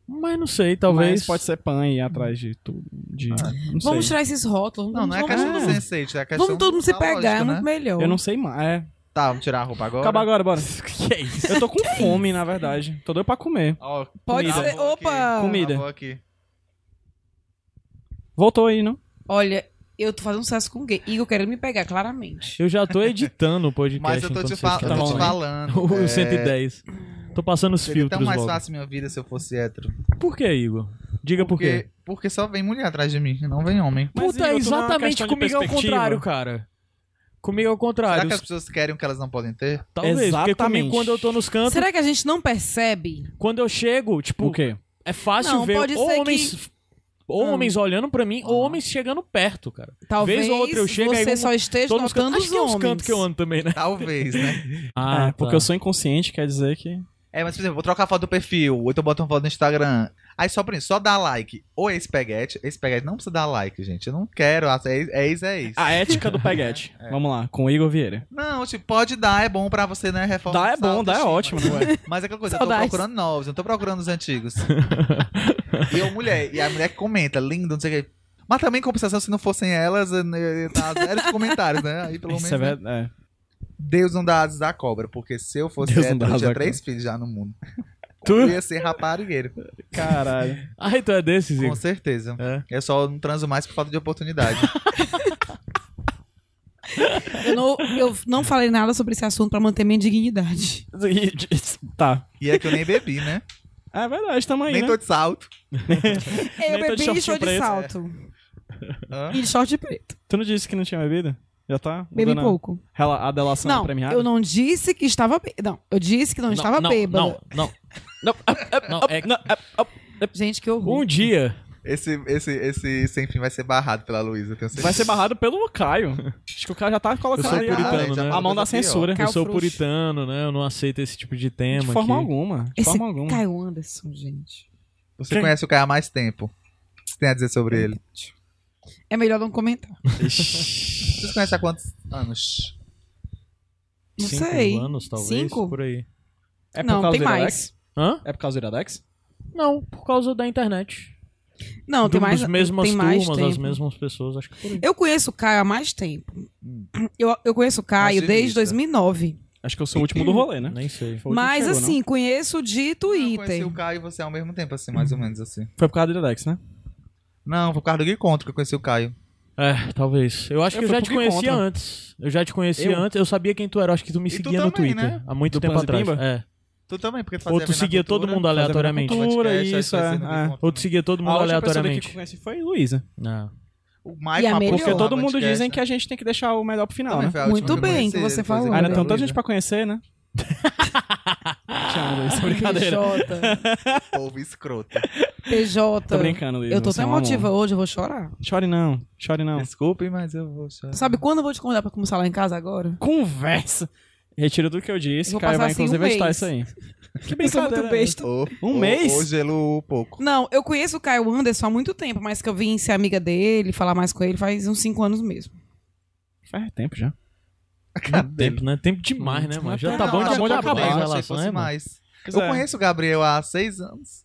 Mas não sei, Talvez talvez. pode ser pan e ir atrás de tudo. De, Ah, não sei. Vamos tirar esses rótulos. Não, não é vamos, questão do vamos, sensei, é questão Vamos todo mundo se da pegar, lógica, é né? muito melhor. Eu não sei mais. É. Tá, vamos tirar a roupa agora. Acabar agora, bora. que é isso? Eu tô com um fome, na verdade. Tô doido pra comer. Ó, Pode travou ser. aqui, Opa! Comida. travou aqui. Voltou aí, não? Olha, eu tô fazendo sucesso com gay. Igor querendo me pegar, claramente. Eu já tô editando o podcast. Mas eu tô enquanto te, então, fal- vocês tá eu falam tô te aí. falando. O é, 110. Tô passando os Seria filtros tão mais logo. fácil minha vida se eu fosse hétero. Por que, Igor? Diga por quê. Porque, porque só vem mulher atrás de mim, não vem homem. Mas, Puta, Igor, tu não é uma exatamente questão de comigo é o perspectiva? contrário, cara. Comigo é o Será contrário. que é as pessoas querem o que elas não podem ter? Talvez, porque comigo Exatamente. quando eu tô nos cantos, Será que a gente não percebe? quando eu chego, tipo, O quê? é fácil Não, ver pode ou ser homens ou Ah. homens olhando pra mim ou homens chegando perto, cara. Talvez Vez ou outra eu chego aí você um- só esteja Tô nos notando cantos. Acho os que é homens. uns cantos que eu ando também, né? Talvez, né? Ah, tá. é, porque eu sou inconsciente, quer dizer que. É, mas por exemplo, vou trocar a foto do perfil, ou então boto uma foto no Instagram. Aí só por isso, só dá like. Ou é espaguete. Espaguete não precisa dar like, gente. Eu não quero. É ex, é ex. É ex. A ética do peguete. Vamos lá, com o Igor Vieira. Não, tipo, pode dar, é bom pra você, né? Reforma. Dá é bom, dá é ótimo, não é? Mas é aquela coisa, eu tô Saudades. procurando novos, eu não tô procurando os antigos. e eu, mulher, e a mulher que comenta, lindo, não sei o quê. Mas também, em compensação, se não fossem elas, eu ia estar zero de comentários, né? Aí pelo menos. Isso é né? verdade. é. Deus não dá asas à cobra, porque se eu fosse Deus não hétero, dá eu tinha asas à três filhos já no mundo. Eu Tu... ia ser raparigueiro. é, Caralho. Ai, tu é desses, Com Igor. certeza. É. Eu só não transo mais por falta de oportunidade. Eu não, eu não falei nada sobre esse assunto pra manter minha dignidade. tá. e é que eu nem bebi, né? É verdade, tamo aí. nem né? tô de salto. Eu Nem tô de bebi e estou shortinho de preto. salto. Hã? E de short preto. Tu não disse que não tinha bebido? Já tá? Bebi Dona- pouco. Rela- A delação Não, premiada? eu não disse que estava bê- Não, eu disse que não, estava não, bêbada. Não, não. Não, não, é- Gente, que horror. Um dia Esse, esse, esse sem fim vai ser barrado pela Luísa, eu tenho certeza. Vai ser barrado pelo Caio. Acho que o Caio já tá Eu colocando sou aí Ah, puritano, a, gente, né? a é uma mão da coisa pior. censura. Caio eu sou Frouxo. puritano, né? Eu não aceito esse tipo de tema. De forma aqui. alguma. De Esse forma alguma. Caio Anderson, gente. Você Quem? conhece o Caio há mais tempo. O que você tem a dizer sobre ele? É melhor não comentar. Vocês conhecem há quantos anos? Não Cinco sei. anos, talvez. Cinco? Por aí. É por Não, causa tem do mais. Iradex? Hã? É por causa do Iradex? Não, por causa da internet. Não, tem Do- mais. Dos mesmas tem mais turmas, as tempo. mesmas pessoas, acho que por aí. Eu conheço o Caio há mais tempo. Eu, eu conheço o Caio Ativista. desde 2009. Acho que eu sou o último do rolê, né? Nem sei. Foi o último que mas chegou, assim, conheço de Eu conheci Twitter. o Caio e você ao mesmo tempo, assim, mais ou menos assim. não? Foi por causa do Iradex, né? Não, foi por causa do Gui Contra que eu conheci o Caio. É, talvez. Eu acho Eu que eu fui já por te que conhecia contra? antes. Eu já te conhecia Eu? antes. Eu sabia quem tu era. Acho que tu me tu seguia no também, Twitter. né? Há muito Do tempo Plaza atrás. Pimba? É. Tu também, porque tu Ou fazia tu Vena seguia todo Cultura, mundo fazia Vena aleatoriamente. Cultura, Podcast, aí isso, conheci é. no Gui Ah, Contra Ou tu também. seguia todo a mundo última pessoa daqui que eu aleatoriamente. conheci foi Luísa. Não. O E a Maicon melhor. apoiou Porque Eu, lá todo o mundo podcast, dizem né? que a gente tem que deixar o melhor pro final, Também né? foi a última Muito eu bem conheci, que você depois eu falou. Ainda conheci tem a tanta Luísa. gente pra conhecer, né? Te amo, Luísa. Brincadeira. PJ. Povo escroto. PJ. Tô brincando, Luísa. Eu tô você tão é um amor. emotiva hoje, eu vou chorar. Chore não, chore não. Desculpe, mas eu vou chorar. Sabe quando eu vou te convidar pra começar lá em casa agora? Conversa. Retiro tudo que eu disse. Vou Caio passar, vai, assim, um inclusive, editar mês. isso aí. Que Eu sou brincadeira muito é besta. Ou- Um ou- mês? Ou gelo pouco. Não, eu conheço o Caio Anderson há muito tempo, mas que eu vim ser amiga dele, falar mais com ele, faz uns cinco anos mesmo. É essa? Faz tempo já. Tempo, né? Tempo demais, né, mano? Já tá Não, bom, acho tá que bom de eu acabar acabei, a eu achei que relação, fosse né, mano? mais. é. Eu conheço o Gabriel há seis anos.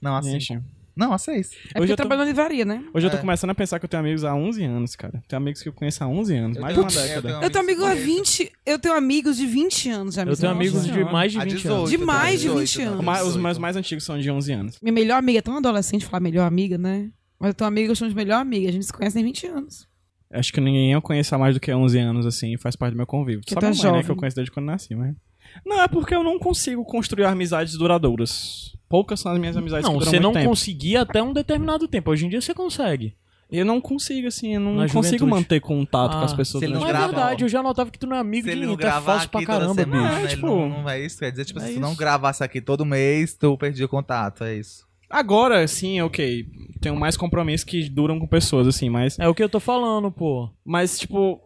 Não, há cinco. Gente, Não, há seis. É Hoje porque eu eu tô- trabalho na livraria, né? Hoje eu tô É. começando a pensar que eu tenho amigos há 11 anos, cara. Tenho amigos que eu um- conheço há 11 anos, mais de uma década. Eu tenho amigo há a 20. Eu tenho amigos de 20 anos de Eu amizade. tenho amigos de Senhora. mais de Há 20 18. anos. De mais de 18, 20 né? anos. Os mais- os 18. meus mais antigos são de 11 anos. Minha melhor amiga, tão adolescente falar melhor amiga, né? Mas eu tenho amiga, eu chamo de melhor amiga. A gente se conhece tem 20 anos. Acho que ninguém eu conheço há mais do que 11 anos, assim, e faz parte do meu convívio. Que Só tá minha mãe, né, jovem. que eu conheço desde quando nasci, mas... Não, é porque eu não consigo construir amizades duradouras. Poucas são as minhas amizades Não, que você duram não muito tempo. conseguia até um determinado tempo. Hoje em dia você consegue. Eu não consigo, assim, eu não Na consigo juventude. manter contato com as Ah, pessoas. se ele durante não Não a é grava, vida. verdade, eu já notava que tu não é amigo Se de ele ninguém. não Tu é gravar falso pra aqui toda caramba, semana, bicho. bicho. É, né, ele tipo, não, não é isso que eu ia dizer. Tipo, é se tu isso. não gravasse aqui todo mês, tu perdia o contato, é isso. Agora, sim, ok. Tenho mais compromissos que duram com pessoas, assim, mas... É o que eu tô falando, pô. Mas, tipo,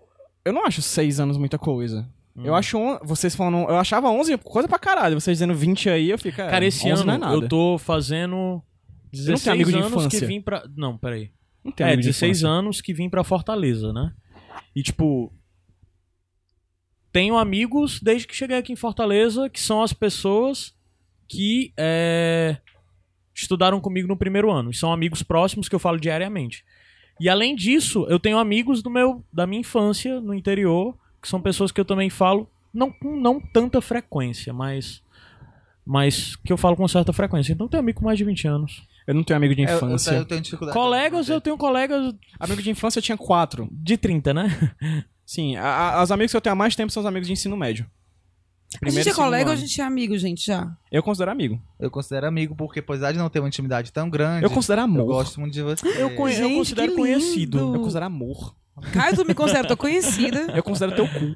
eu não acho 6 anos muita coisa. Eu Hum. acho... on- Vocês falando... Eu achava 11 coisa pra caralho. Vocês dizendo 20 aí, eu fico... é, Cara, esse 11 ano não é nada. eu tô fazendo 16 amigo de anos que infância. vim pra. Não, peraí. Não tem um é, amigo de 16 infância. anos que vim pra Fortaleza, né? E tipo. Tenho amigos desde que cheguei aqui em Fortaleza, que são as pessoas que é, estudaram comigo no primeiro ano. E são amigos próximos que eu falo diariamente. E além disso, eu tenho amigos do meu, da minha infância no interior, que são pessoas que eu também falo, não com não tanta frequência, mas. Mas que eu falo com certa frequência. Então eu tenho amigo com mais de 20 anos. Eu não tenho amigo de É, eu- infância. tá, Eu, tenho dificuldade. Colegas, eu tenho colegas Amigo de infância eu tinha quatro. de 30, né? Sim, a, a, os amigos que eu tenho há mais tempo são os amigos de ensino médio. a gente e é segundo colega ou a ano. gente é amigo, gente, já? Eu considero amigo. Eu considero amigo, porque apesar de não ter uma intimidade tão grande, Eu considero amor. eu gosto muito de você. Eu, conhe- eu Gente, considero que conhecido. lindo. Eu considero amor. Caio, tu me considera tua conhecida. Eu considero teu cu.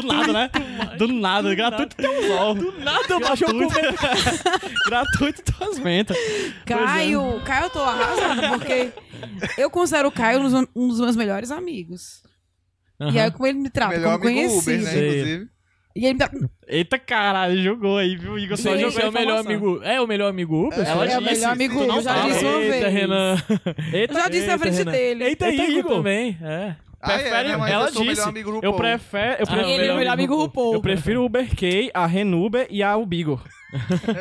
do nada, né? Do nada, gratuito teu LOL. Do nada eu baixo Gratuito tuas mentas. é. Caio, Caio, eu tô arrasada, porque eu considero o Caio um dos, um dos meus melhores amigos. E aí, como ele me trata Melhor como amigo conhecido. Uber, né, Sei. inclusive. E ele me trata... Eita caralho, jogou aí, viu? Igor só Você jogou é o a melhor informação. amigo. É o melhor amigo Uber? Ela assim, é o disse, melhor amigo tu não Uber, eu já fala. disse uma Eita, vez. Renan. Eu já disse na frente dele. Eita, Eita, Igor Igor. também. É. Ah, é, Prefere- né, mas ela eu sou o melhor disse, amigo do Eu povo. prefiro, Ah, eu prefiro ele é o melhor amigo RuPaul. Eu prefiro o Ah, Uber K, a Renuber e a Ubigo.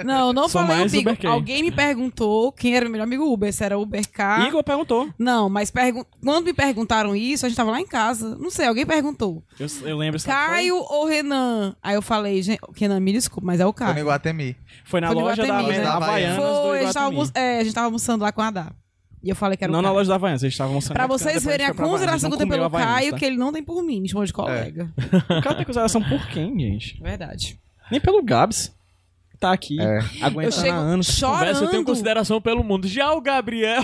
Não, não Só falei mais o Bigo. Uber Kay. Alguém me perguntou quem era o melhor amigo Uber, se era Uber K. Igor perguntou. Não, mas pergun- quando me perguntaram isso, a gente tava lá em casa. Não sei, alguém perguntou. Eu, eu lembro. sabe qual foi? Caio ou Renan? Aí eu falei, gente, Renan, me desculpa, mas é o Foi no Caio. Iguatemi. Foi na Foi no loja da Iguatemi, Havaianas né? do Foi, a gente, tava Iguatemi. almo- é, a gente tava almoçando lá com a Adá. E eu falei que era Não o na Caio. loja da Havaianas, a gente tava almoçando. Pra na Havaianas, vocês depois a verem a gente foi pra Havaianas, consideração que eu tenho pelo não comeu Havaianas, Caio, tá? que ele não tem por mim, me chamou de colega. O cara tem consideração por quem, gente? Verdade. Nem pelo Gabs. Tá aqui, Eu É. aguentando há chego anos. Conversa, eu tenho chorando. consideração pelo mundo. Já o Gabriel.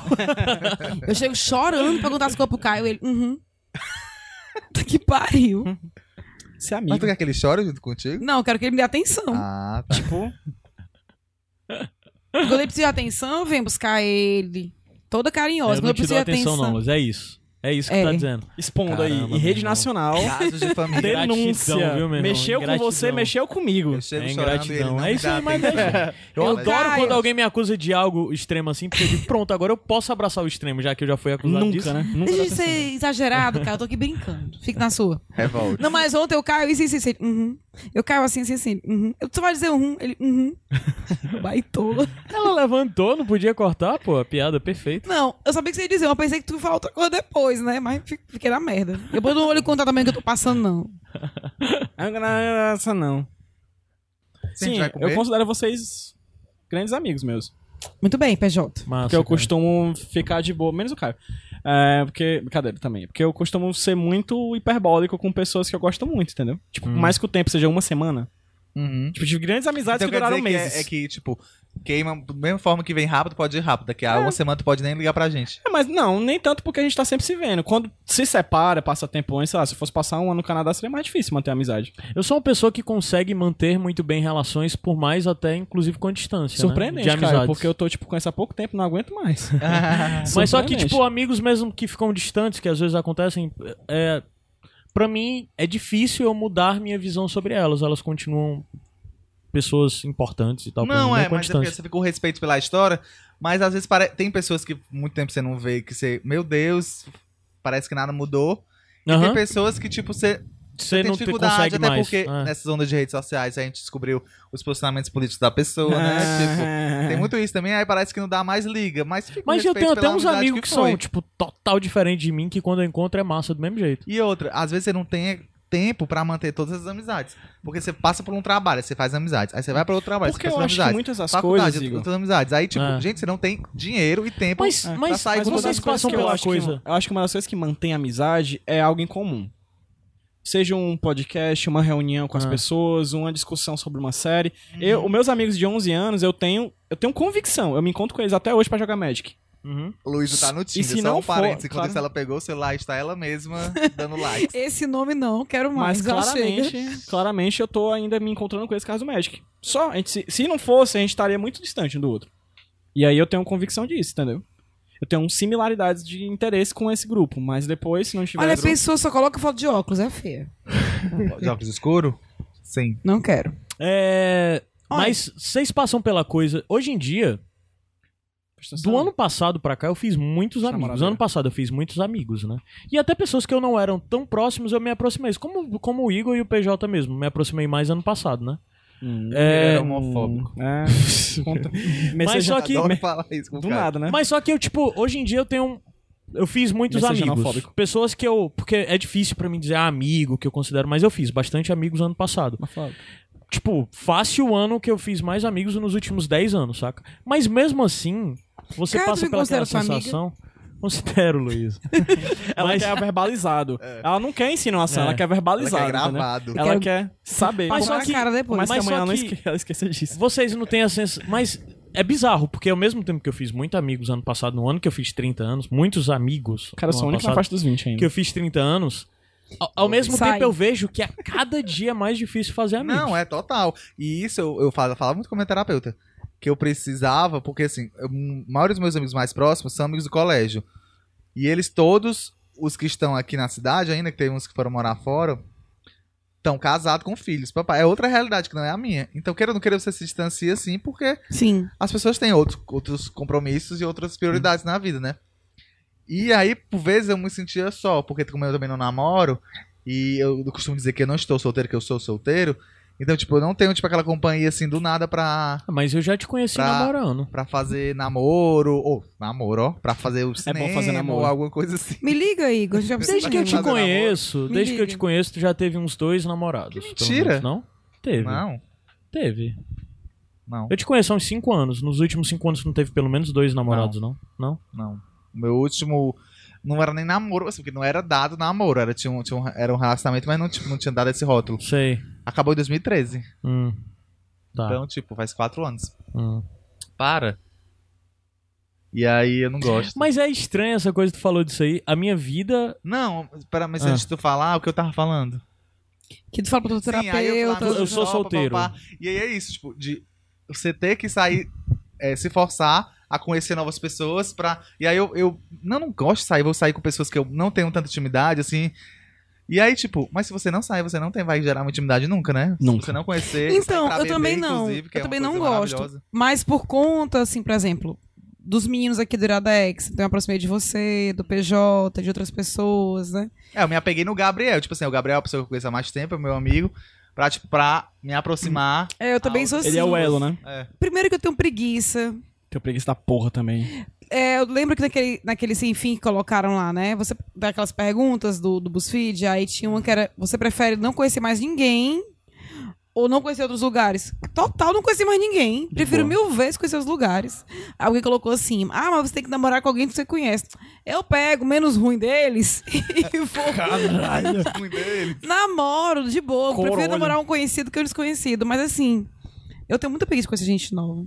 Eu chego chorando perguntar as coisas pro Caio. Ele, uhum. Puta que pariu. Ser Mas tu amigo. quer que ele chore junto contigo? Não, eu quero que ele me dê atenção. Ah, tá. Tipo, Quando ele precisa de atenção, eu venho buscar ele. Toda carinhosa. eu Quando não eu te preciso dou de atenção, atenção. não, Luiz. É isso. É isso que É. tu tá dizendo. expondo aí, Caramba, em meu rede irmão. nacional. Casos de família. Gratidão, Denúncia. viu, meu irmão? mexeu com Gratidão. você, mexeu comigo. Eu chego É chorando e ele ingratidão. não É me isso dá aí, mas atenção. Eu Eu adoro caio. quando alguém me acusa de algo extremo assim, porque eu digo, pronto, agora eu posso abraçar o extremo, já que eu já fui acusado Nunca, disso. né? Nunca. Deixa de ser exagerado, cara. Eu tô aqui brincando. Fique na sua. Revolte. Não, mas ontem eu caio isso, isso, isso. ele, Uhum. Eu caio assim, assim, assim. Uhum. Eu só vai dizer uhum. Ele, uhum. Baitola. Ela levantou, não podia cortar, pô, a piada é perfeita. Não, eu sabia que você ia dizer. Eu pensei que tu ia falar outra coisa depois, né? Mas fi- fiquei na merda. Depois eu não vou lhe contar também o que eu tô passando, não. Essa não. a gente Sim, vai comer? eu considero vocês grandes amigos meus. Muito bem, PJ. Massa, Porque eu cara. costumo ficar de boa, menos o Caio. É, porque. Brincadeira também. Porque eu costumo ser muito hiperbólico com pessoas que eu gosto muito, entendeu? Tipo, Hum. mais que o tempo seja uma semana. Uhum. Tipo, tive grandes amizades Então que quer duraram dizer que meses. é, é que, tipo, queima, da mesma forma que vem rápido, pode ir rápido. Daqui a É. uma semana tu pode nem ligar pra gente. É, mas não, nem tanto porque a gente tá sempre se vendo. Quando se separa, passa tempo longe, sei lá, se eu fosse passar um ano no Canadá, seria mais difícil manter a amizade. Eu sou uma pessoa que consegue manter muito bem relações, por mais até, inclusive, com a distância. Surpreendente, né? De cara, amizades. porque eu tô, tipo, com essa há pouco tempo, não aguento mais. Mas só que, Surpreendente. tipo, amigos mesmo que ficam distantes, que às vezes acontecem, é, pra mim é difícil eu mudar minha visão sobre elas. Elas continuam pessoas importantes e tal. pra mim, Não, é, com a mas é porque distância. você fica com respeito pela história, mas às vezes pare... tem pessoas que muito tempo você não vê, que você, meu Deus, parece que nada mudou. E Aham. tem pessoas que, tipo, você Você tem não te- dificuldade, consegue até mais. porque É. nessas ondas de redes sociais a gente descobriu os posicionamentos políticos da pessoa, né? Tipo, tem muito isso também, aí parece que não dá mais liga, mas fica com Ah. Mas eu respeito tenho até pela uns amizade amigos que, foi. são, tipo, total diferente de mim, que quando eu encontro é massa do mesmo jeito. E outra, às vezes você não tem tempo pra manter todas as amizades. Porque você passa por um trabalho, aí você faz amizades. Aí você vai pra outro trabalho, Porque você eu faz acho que amizades. muitas das Faculdade, coisas, outras- Igor. outras amizades. Aí, tipo, É. gente, você não tem dinheiro e tempo. Mas, É, mas, Ah, pra sair mas com vocês todas as coisas passam que eu pela acho que- coisa. eu acho que uma das coisas que mantém a amizade é algo em comum. Seja um podcast, uma reunião com as Ah. pessoas, uma discussão sobre uma série. Hum, Uhum. Eu, os meus amigos de 11 anos, eu tenho, eu tenho convicção. Eu me encontro com eles até hoje pra jogar Magic. Uhum. O Luísa tá no Tinder, se só não um parênteses. for, Enquanto claro. isso, ela pegou o celular e está ela mesma dando like. Esse nome não, quero mais. Mas já né? chega. claramente, claramente eu tô ainda me encontrando com esse caso do Magic. Só, a gente, se, se não fosse, a gente estaria muito distante um do outro. E aí eu tenho convicção disso, entendeu? Eu tenho similaridades de interesse com esse grupo, mas depois, se não tiver. Olha, a grupo- pessoa só coloca foto de óculos, é feia. De óculos escuro? Sim. Não quero. É, Olha. Mas vocês passam pela coisa. Hoje em dia, presta atenção. do ano passado pra cá, eu fiz muitos Chama amigos. lá, Ano passado eu fiz muitos amigos, né? E até pessoas que eu não eram tão próximos, eu me aproximei. Como, como o Igor e o PJ mesmo. Me aproximei mais ano passado, né? Hum, É, Era homofóbico. é, conta- Mas só que. Adoro falar um isso com o Do cara. nada, né? Mas só que eu, tipo, hoje em dia eu tenho. Eu fiz muitos amigos. Miscigenofóbico. Pessoas que eu. Porque é difícil pra mim dizer ah, amigo, que eu considero, mas eu fiz bastante amigos ano passado. Tipo, fácil o ano que eu fiz mais amigos nos últimos 10 anos, saca? Mas mesmo assim, você Cara, tu passa me pela aquela considera sua amiga? sensação. Considero, Luiz. Ela Mas- quer verbalizado. Ela não quer insinuação, É. ela quer Ela verbalizado. quer entendeu? gravado. Ela Quero- quer saber. Mas Mas, só Coloca que- a cara depois. que mas só amanhã ela, que- esque- ela esqueça disso. Vocês não têm a sensação. Mas é bizarro, porque ao mesmo tempo que eu fiz muitos amigos ano passado, no ano que eu fiz 30 anos, muitos amigos. Cara, é eu no sou a ano única na passado, faixa dos 20 ainda. que eu fiz 30 anos, ao, ao mesmo Sai. tempo eu vejo que a cada dia é mais difícil fazer amigos. Não, é total. E isso eu, eu falo, eu falava muito com a minha terapeuta. Que eu precisava, porque assim, eu- a maioria dos meus amigos mais próximos são amigos do colégio. E eles todos, os que estão aqui na cidade ainda, que tem uns que foram morar fora, estão casados com filhos. Papai, é outra realidade que não é a minha. Então, queira ou não queira, você se distancia assim, porque Sim. as pessoas têm outro, outros compromissos e outras prioridades na vida, né? E aí, por vezes, eu me sentia só, porque como eu também não namoro, e eu costumo dizer que eu não estou solteiro, que eu sou solteiro, então, tipo, eu não tenho, tipo, aquela companhia, assim, do nada pra, Ah, Mas eu já te conheci Pra- Tá. namorando. pra fazer namoro, ou namoro, ó, pra fazer o cinema, É fazer namoro. ou alguma coisa assim. Me liga, Igor. a gente Desde Desde vai precisar que eu Mas te reunir. namoro. conheço, Me desde que eu te liga. conheço, tu já teve uns dois namorados. Que pelo mentira. menos, não? Teve. Não, Teve. não, Eu te conheço há uns cinco anos. Nos últimos cinco anos tu não teve pelo menos dois namorados, não? Não? não. O meu último... Não era nem namoro, assim, porque não era dado namoro, era, tinha um, tinha um- era um relacionamento, mas não, tipo, não tinha dado esse rótulo. Sei. Acabou em 2013, Hum. Tá. então, tipo, faz quatro anos. Hum. Para. E aí eu não gosto. Mas é estranha essa coisa que tu falou disso aí. A minha vida. Não, pera, mas Ah. antes de tu falar, o que eu tava falando? Que tu fala pro teu terapeuta. aí eu, falava, eu sou pá, pá, solteiro. pá. E aí é isso, tipo, de você ter que sair, é, se forçar a conhecer novas pessoas pra... E aí eu, eu não, não gosto de sair, vou sair com pessoas que eu não tenho tanta intimidade, assim... E aí, tipo, mas se você não sair, você não tem, vai gerar uma intimidade nunca, né? Nunca. Se você não conhecer. Então, sair pra eu beber, também não. inclusive, que Eu é uma também coisa não gosto. maravilhosa. Mas por conta, assim, por exemplo, dos meninos aqui do Iradex, então eu aproximei de você, do PJ, de outras pessoas, né? É, eu me apeguei no Gabriel. Tipo assim, o Gabriel é a pessoa que eu conheço há mais tempo, é meu amigo. Pra, tipo, pra me aproximar. É, eu também Ah, sou assim. Ele é o elo, né? Primeiro que eu tenho preguiça. Tenho preguiça da porra também. É, eu lembro que naquele, naquele sem fim que colocaram lá, né? Você dá aquelas perguntas do, do BuzzFeed, aí tinha uma que era: você prefere não conhecer mais ninguém ou não conhecer outros lugares? Total, não conheci mais ninguém. boa. Prefiro mil vezes conhecer os lugares. Alguém colocou assim: ah, mas você tem que namorar com alguém que você conhece. Eu pego o menos ruim deles e vou. Caralho. Ruim dele. Namoro, de boa. Corolho. Prefiro namorar um conhecido que um desconhecido. Mas assim, eu tenho muita preguiça de conhecer gente nova.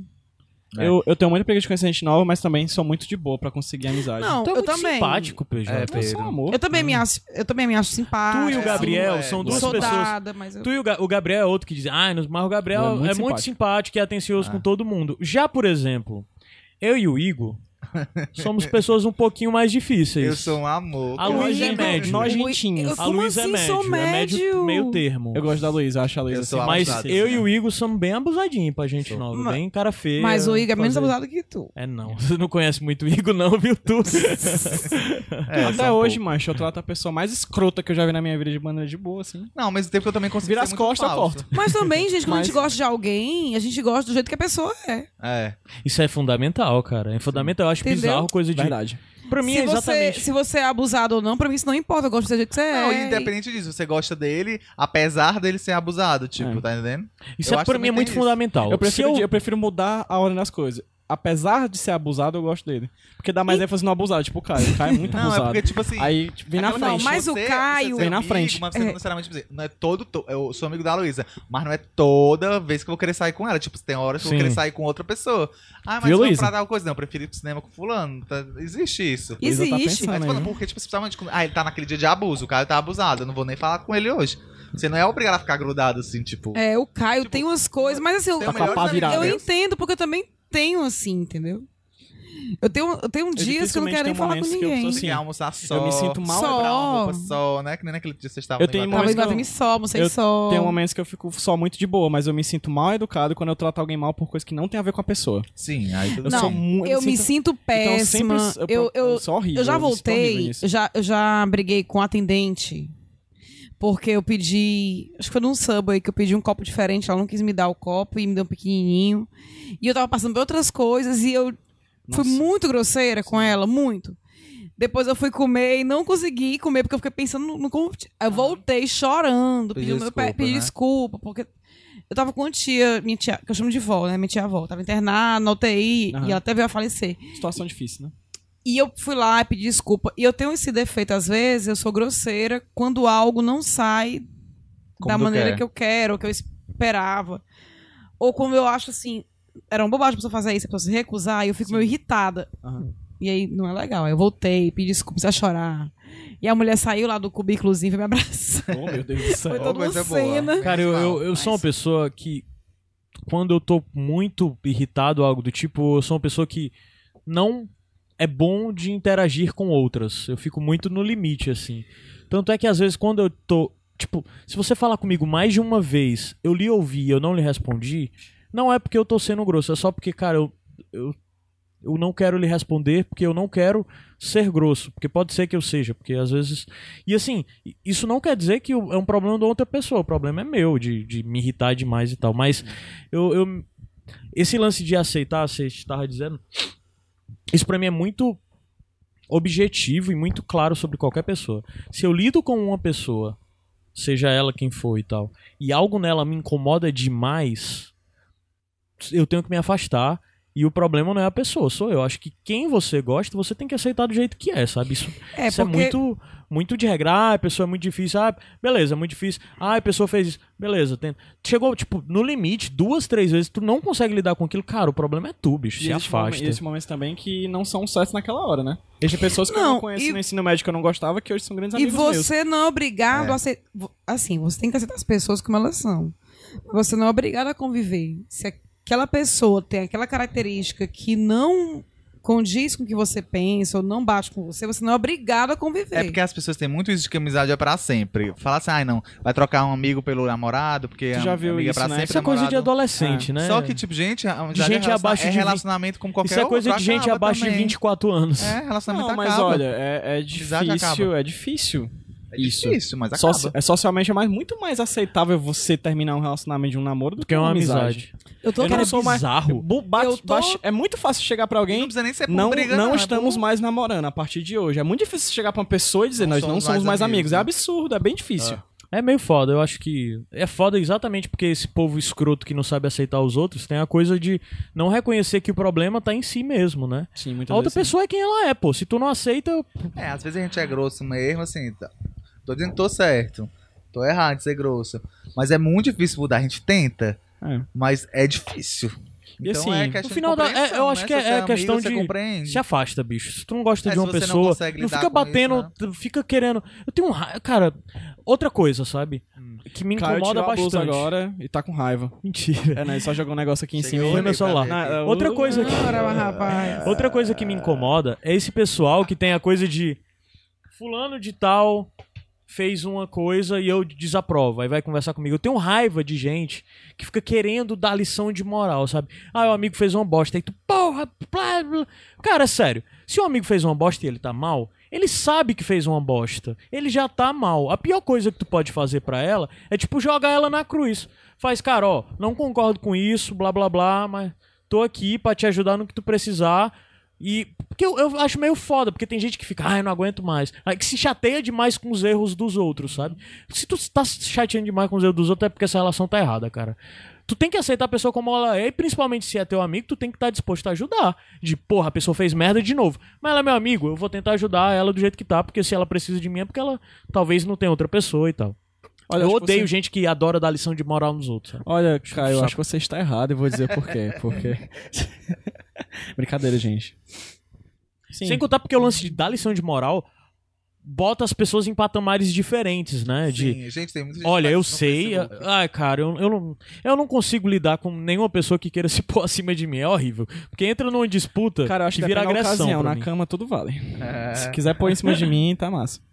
É. Eu, eu tenho muita preguiça de conhecer gente nova, mas também sou muito de boa pra conseguir amizade. Não, tu é eu muito também. simpático, PJ. É, eu sou um amor. Eu também, me acho, eu também me acho simpática. Tu e o Gabriel são duas sou pessoas. dada, mas eu- Tu e o, Ga- o Gabriel é outro que diz, ah, mas o Gabriel Não, é é muito É. muito simpático, e atencioso com todo mundo. Já, por exemplo, eu e o Igor, Somos pessoas um pouquinho mais difíceis. Eu sou um amor. A cara. Luísa é Nojento- médio. Nojentinhos. A Como Luísa assim é médio, sou é médio médio? meio termo. Eu gosto da Luísa, acho a Luísa Eu sou assim. Mas abusado, eu né? e o Igor somos bem abusadinhos pra gente nova, Ma- bem cara feia. Mas o Igor é menos fazer- abusado que tu. É não, você não conhece muito o Igor não, viu tu? É, só Até um hoje, pouco. macho, eu trato a pessoa mais escrota que eu já vi na minha vida de maneira de boa, assim. Não, mas o tempo que eu também consigo Vira ser as muito costas, eu falso. corto. Mas também, gente, quando a Mas- gente gosta de alguém, a gente gosta do jeito que a pessoa é. É. Isso é fundamental, cara. É fundamental, eu acho Entendeu? bizarro coisa de Verdade. Pra mim se é exatamente. Você, se você é abusado ou não, pra mim isso não importa. Eu gosto do jeito que você Não, é. independente disso, você gosta dele, apesar dele ser abusado, tipo, É. tá entendendo? Isso Eu é acho pra também mim é tem muito isso. fundamental. Eu prefiro, se de- eu, eu prefiro mudar a ordem das coisas. Apesar de ser abusado, eu gosto dele. Porque dá mais ênfase no abusado. Tipo, o cara, o cara é muito Não, abusado. é porque, tipo assim. Aí tipo, vem na aquela- frente. é Não, mas o você- Caio- você ser Vem na amigo, frente. Mas você não É. necessariamente, tipo assim, não é todo. to- Eu sou amigo da Luísa, mas não é toda vez que eu vou querer sair com ela. Tipo, tem horas que eu Sim. vou querer sair com outra pessoa. Ah, mas Viu, vamos Luísa? pra tal coisa. Não, eu prefiro ir pro cinema com fulano. tá- Existe isso. Luísa tá pensando. Existe. Mas Também, falando, né? porque, tipo, principalmente quando. Ah, ele tá naquele dia de abuso, o cara tá abusado, eu não vou nem falar com ele hoje. Você não é obrigado a ficar grudado assim, tipo. É, o Caio Tipo, tem umas coisas, mas assim, eu, tem Tá o melhor com a pá amigo virada. eu meu. entendo, porque eu também tenho assim, entendeu? Eu tenho, eu tenho dias que eu não dificilmente quero tenho nem falar com momentos que eu ninguém. sou Você assim. quer almoçar só. me sinto mal. é é comprar Só. uma roupa só, né? Que nem naquele dia vocês estavam Eu na tenho Inglaterra. momentos Talvez que eu- batem me só, não sei eu só. Tem momentos que eu fico só muito de boa, mas eu me sinto mal educado quando eu trato alguém mal por coisa que não tem a ver com a pessoa. Sim, aí tudo Eu Não, sou bem. muito. Eu me sinto sinto então, eu péssima. sempre- eu, eu, sou horrível. eu já me sinto horrível voltei, nisso. eu já, eu já briguei com o atendente. Porque eu pedi. Acho que foi num Subway que eu pedi um copo diferente. Ela não quis me dar o copo e me deu um pequenininho. E eu tava passando por outras coisas e eu Nossa. fui muito grosseira com ela, muito. Depois eu fui comer e não consegui comer porque eu fiquei pensando no. no como- eu voltei chorando, pedi, Pediu meu pé- desculpa, pedi né? desculpa, porque eu tava com uma tia, minha tia, que eu chamo de vó, né? Minha tia avó. Tava internada na UTI Aham. e ela até veio a falecer. Situação difícil, né? E eu fui lá pedir desculpa. E eu tenho esse defeito, às vezes, eu sou grosseira quando algo não sai Como da tu maneira quer. que eu quero, que eu esperava. Ou como eu acho assim, era uma bobagem a pessoa fazer isso, a pessoa se recusar, e eu fico meio irritada. Aham. E aí não é legal. Aí eu voltei, pedi desculpa, comecei a chorar. E a mulher saiu lá do cubículozinho e veio me abraçar. Oh, meu Deus do céu. Foi Ô, toda uma Tá. coisa né? boa. cena. Cara, eu, eu, eu sou uma Mas- pessoa que, quando eu tô muito irritado ou algo do tipo, eu sou uma pessoa que não é bom de interagir com outras. Eu fico muito no limite, assim. Tanto é que, às vezes, quando eu tô. Tipo, se você falar comigo mais de uma vez, eu lhe ouvi e eu não lhe respondi, não é porque eu tô sendo grosso, é só porque, cara, eu. eu eu não quero lhe responder porque eu não quero ser grosso, porque pode ser que eu seja, porque às vezes e assim, isso não quer dizer que o- é um problema da outra pessoa, o problema é meu, de, de me irritar demais e tal. Mas eu, eu- Esse lance de aceitar, você estava dizendo, isso pra mim é muito objetivo e muito claro sobre qualquer pessoa. Se eu lido com uma pessoa, seja ela quem for e tal, e algo nela me incomoda demais, eu tenho que me afastar. E o problema não é a pessoa, sou eu. Acho que quem você gosta, você tem que aceitar do jeito que é, sabe? Isso É, isso porque é muito, muito de regra. Ah, a pessoa é muito difícil. Ah, beleza, é muito difícil. Ah, a pessoa fez isso. Beleza, tem... chegou, tipo, no limite, duas, três vezes, tu não consegue lidar com aquilo. Cara, o problema é tu, bicho. Se E existe momen- afasta. e existe momentos também que não são certos naquela hora, né? Existem pessoas que eu Não, não conheço e- no ensino médio que eu não gostava, que hoje são grandes E amigos meus. você não é obrigado É. a aceitar. Assim, você tem que aceitar as pessoas como elas são. Você não é obrigado a conviver. Se aquela pessoa tem aquela característica que não condiz com o que você pensa ou não bate com você, você não é obrigado a conviver. É porque as pessoas têm muito isso de que amizade é pra sempre. Fala assim, ai não, vai trocar um amigo pelo namorado, porque Tu já a- viu amiga isso, é pra né? sempre. Isso é coisa de namorado- adolescente, né? Só que, tipo, gente, a amizade gente é, relaciona- abaixo é de vinte- relacionamento como qualquer Isso é coisa outro, de gente acaba abaixo de também. 24 anos. É, relacionamento tá Não, acaba. mas olha, é, é Amizade difícil, é difícil. é isso. difícil, mas acaba. Soci- é socialmente é mais, muito mais aceitável você terminar um relacionamento de um namoro do Porque é uma amizade. eu tô Eu não Cara, querendo- sou mais. é bizarro. Bu- bate- Eu tô- bate- é muito fácil chegar pra E não alguém. precisa nem ser por Não, briga, não é estamos por- mais namorando a partir de hoje. É muito difícil chegar pra uma pessoa e dizer Não nós somos não somos mais mais amigos. amigos, É né? absurdo, é bem difícil. É meio foda, eu acho que. É foda exatamente porque esse povo escroto que não sabe aceitar os outros tem a coisa de não reconhecer que o problema tá em si mesmo, né? Sim, muitas A outra vezes. pessoa é quem ela é, pô. Se tu não aceita, É, às vezes a gente é grosso mesmo, assim. Tá. Tô dizendo que tô certo. Tô errado de ser grosso. Mas é muito difícil mudar. A gente tenta, É. mas é difícil. E Então assim, é questão no final de da, compreensão, é- eu acho né? que Se é, você é amigo, questão você de compreende. se afasta, bicho. Se tu não gosta É, de uma se você não pessoa, consegue não lidar fica com isso, batendo, né? tu fica querendo. Eu tenho um ra- cara, outra coisa, sabe? Hum. Que me Caio incomoda tirou a blusa bastante. agora e tá com raiva. Mentira. É, né? Ele só jogou um negócio aqui em Cheguei cima. Foi e-mail meu pra celular. ver aqui. Na- Outra uh, coisa aqui. Ora, mas, rapaz. Outra coisa que me incomoda é esse pessoal que tem a coisa de fulano de tal fez uma coisa e eu desaprovo, aí vai conversar comigo. Eu tenho raiva de gente que fica querendo dar lição de moral, sabe? Ah, meu amigo fez uma bosta, aí tu, porra, blá, blá. Cara, é sério, se o amigo fez uma bosta e ele tá mal, ele sabe que fez uma bosta. Ele já tá mal. A pior coisa que tu pode fazer pra ela é, tipo, jogar ela na cruz. Faz, cara, ó, não concordo com isso, blá, blá, blá, mas tô aqui pra te ajudar no que tu precisar. E. Porque eu, eu acho meio foda, porque tem gente que fica, ah, eu não aguento mais. Aí que se chateia demais com os erros dos outros, sabe? Se tu tá se chateando demais com os erros dos outros, é porque essa relação tá errada, cara. Tu tem que aceitar a pessoa como ela é, e principalmente se é teu amigo, tu tem que estar disposto a ajudar. De, porra, a pessoa fez merda de novo. Mas ela é meu amigo, eu vou tentar ajudar ela do jeito que tá, porque se ela precisa de mim é porque ela talvez não tenha outra pessoa e tal. Olha, tipo assim, eu acho que odeio você- gente que adora dar lição de moral nos outros. sabe? Olha, Caio, eu Saco. acho que você está errado e vou dizer por quê. Porque. Brincadeira, gente. Sim. Sem contar porque o lance de dar lição de moral bota as pessoas em patamares diferentes, né? de, Sim, gente, tem muita gente que olha, faz eu isso no sei. Facebook. Ai, cara, eu, eu, não, eu não consigo lidar com nenhuma pessoa que queira se pôr acima de mim. É horrível. Porque entra numa disputa Cara, eu acho que que vira depende da agressão. ocasião. pra Na mim. cama tudo vale. É. Se quiser pôr em cima de mim, tá massa.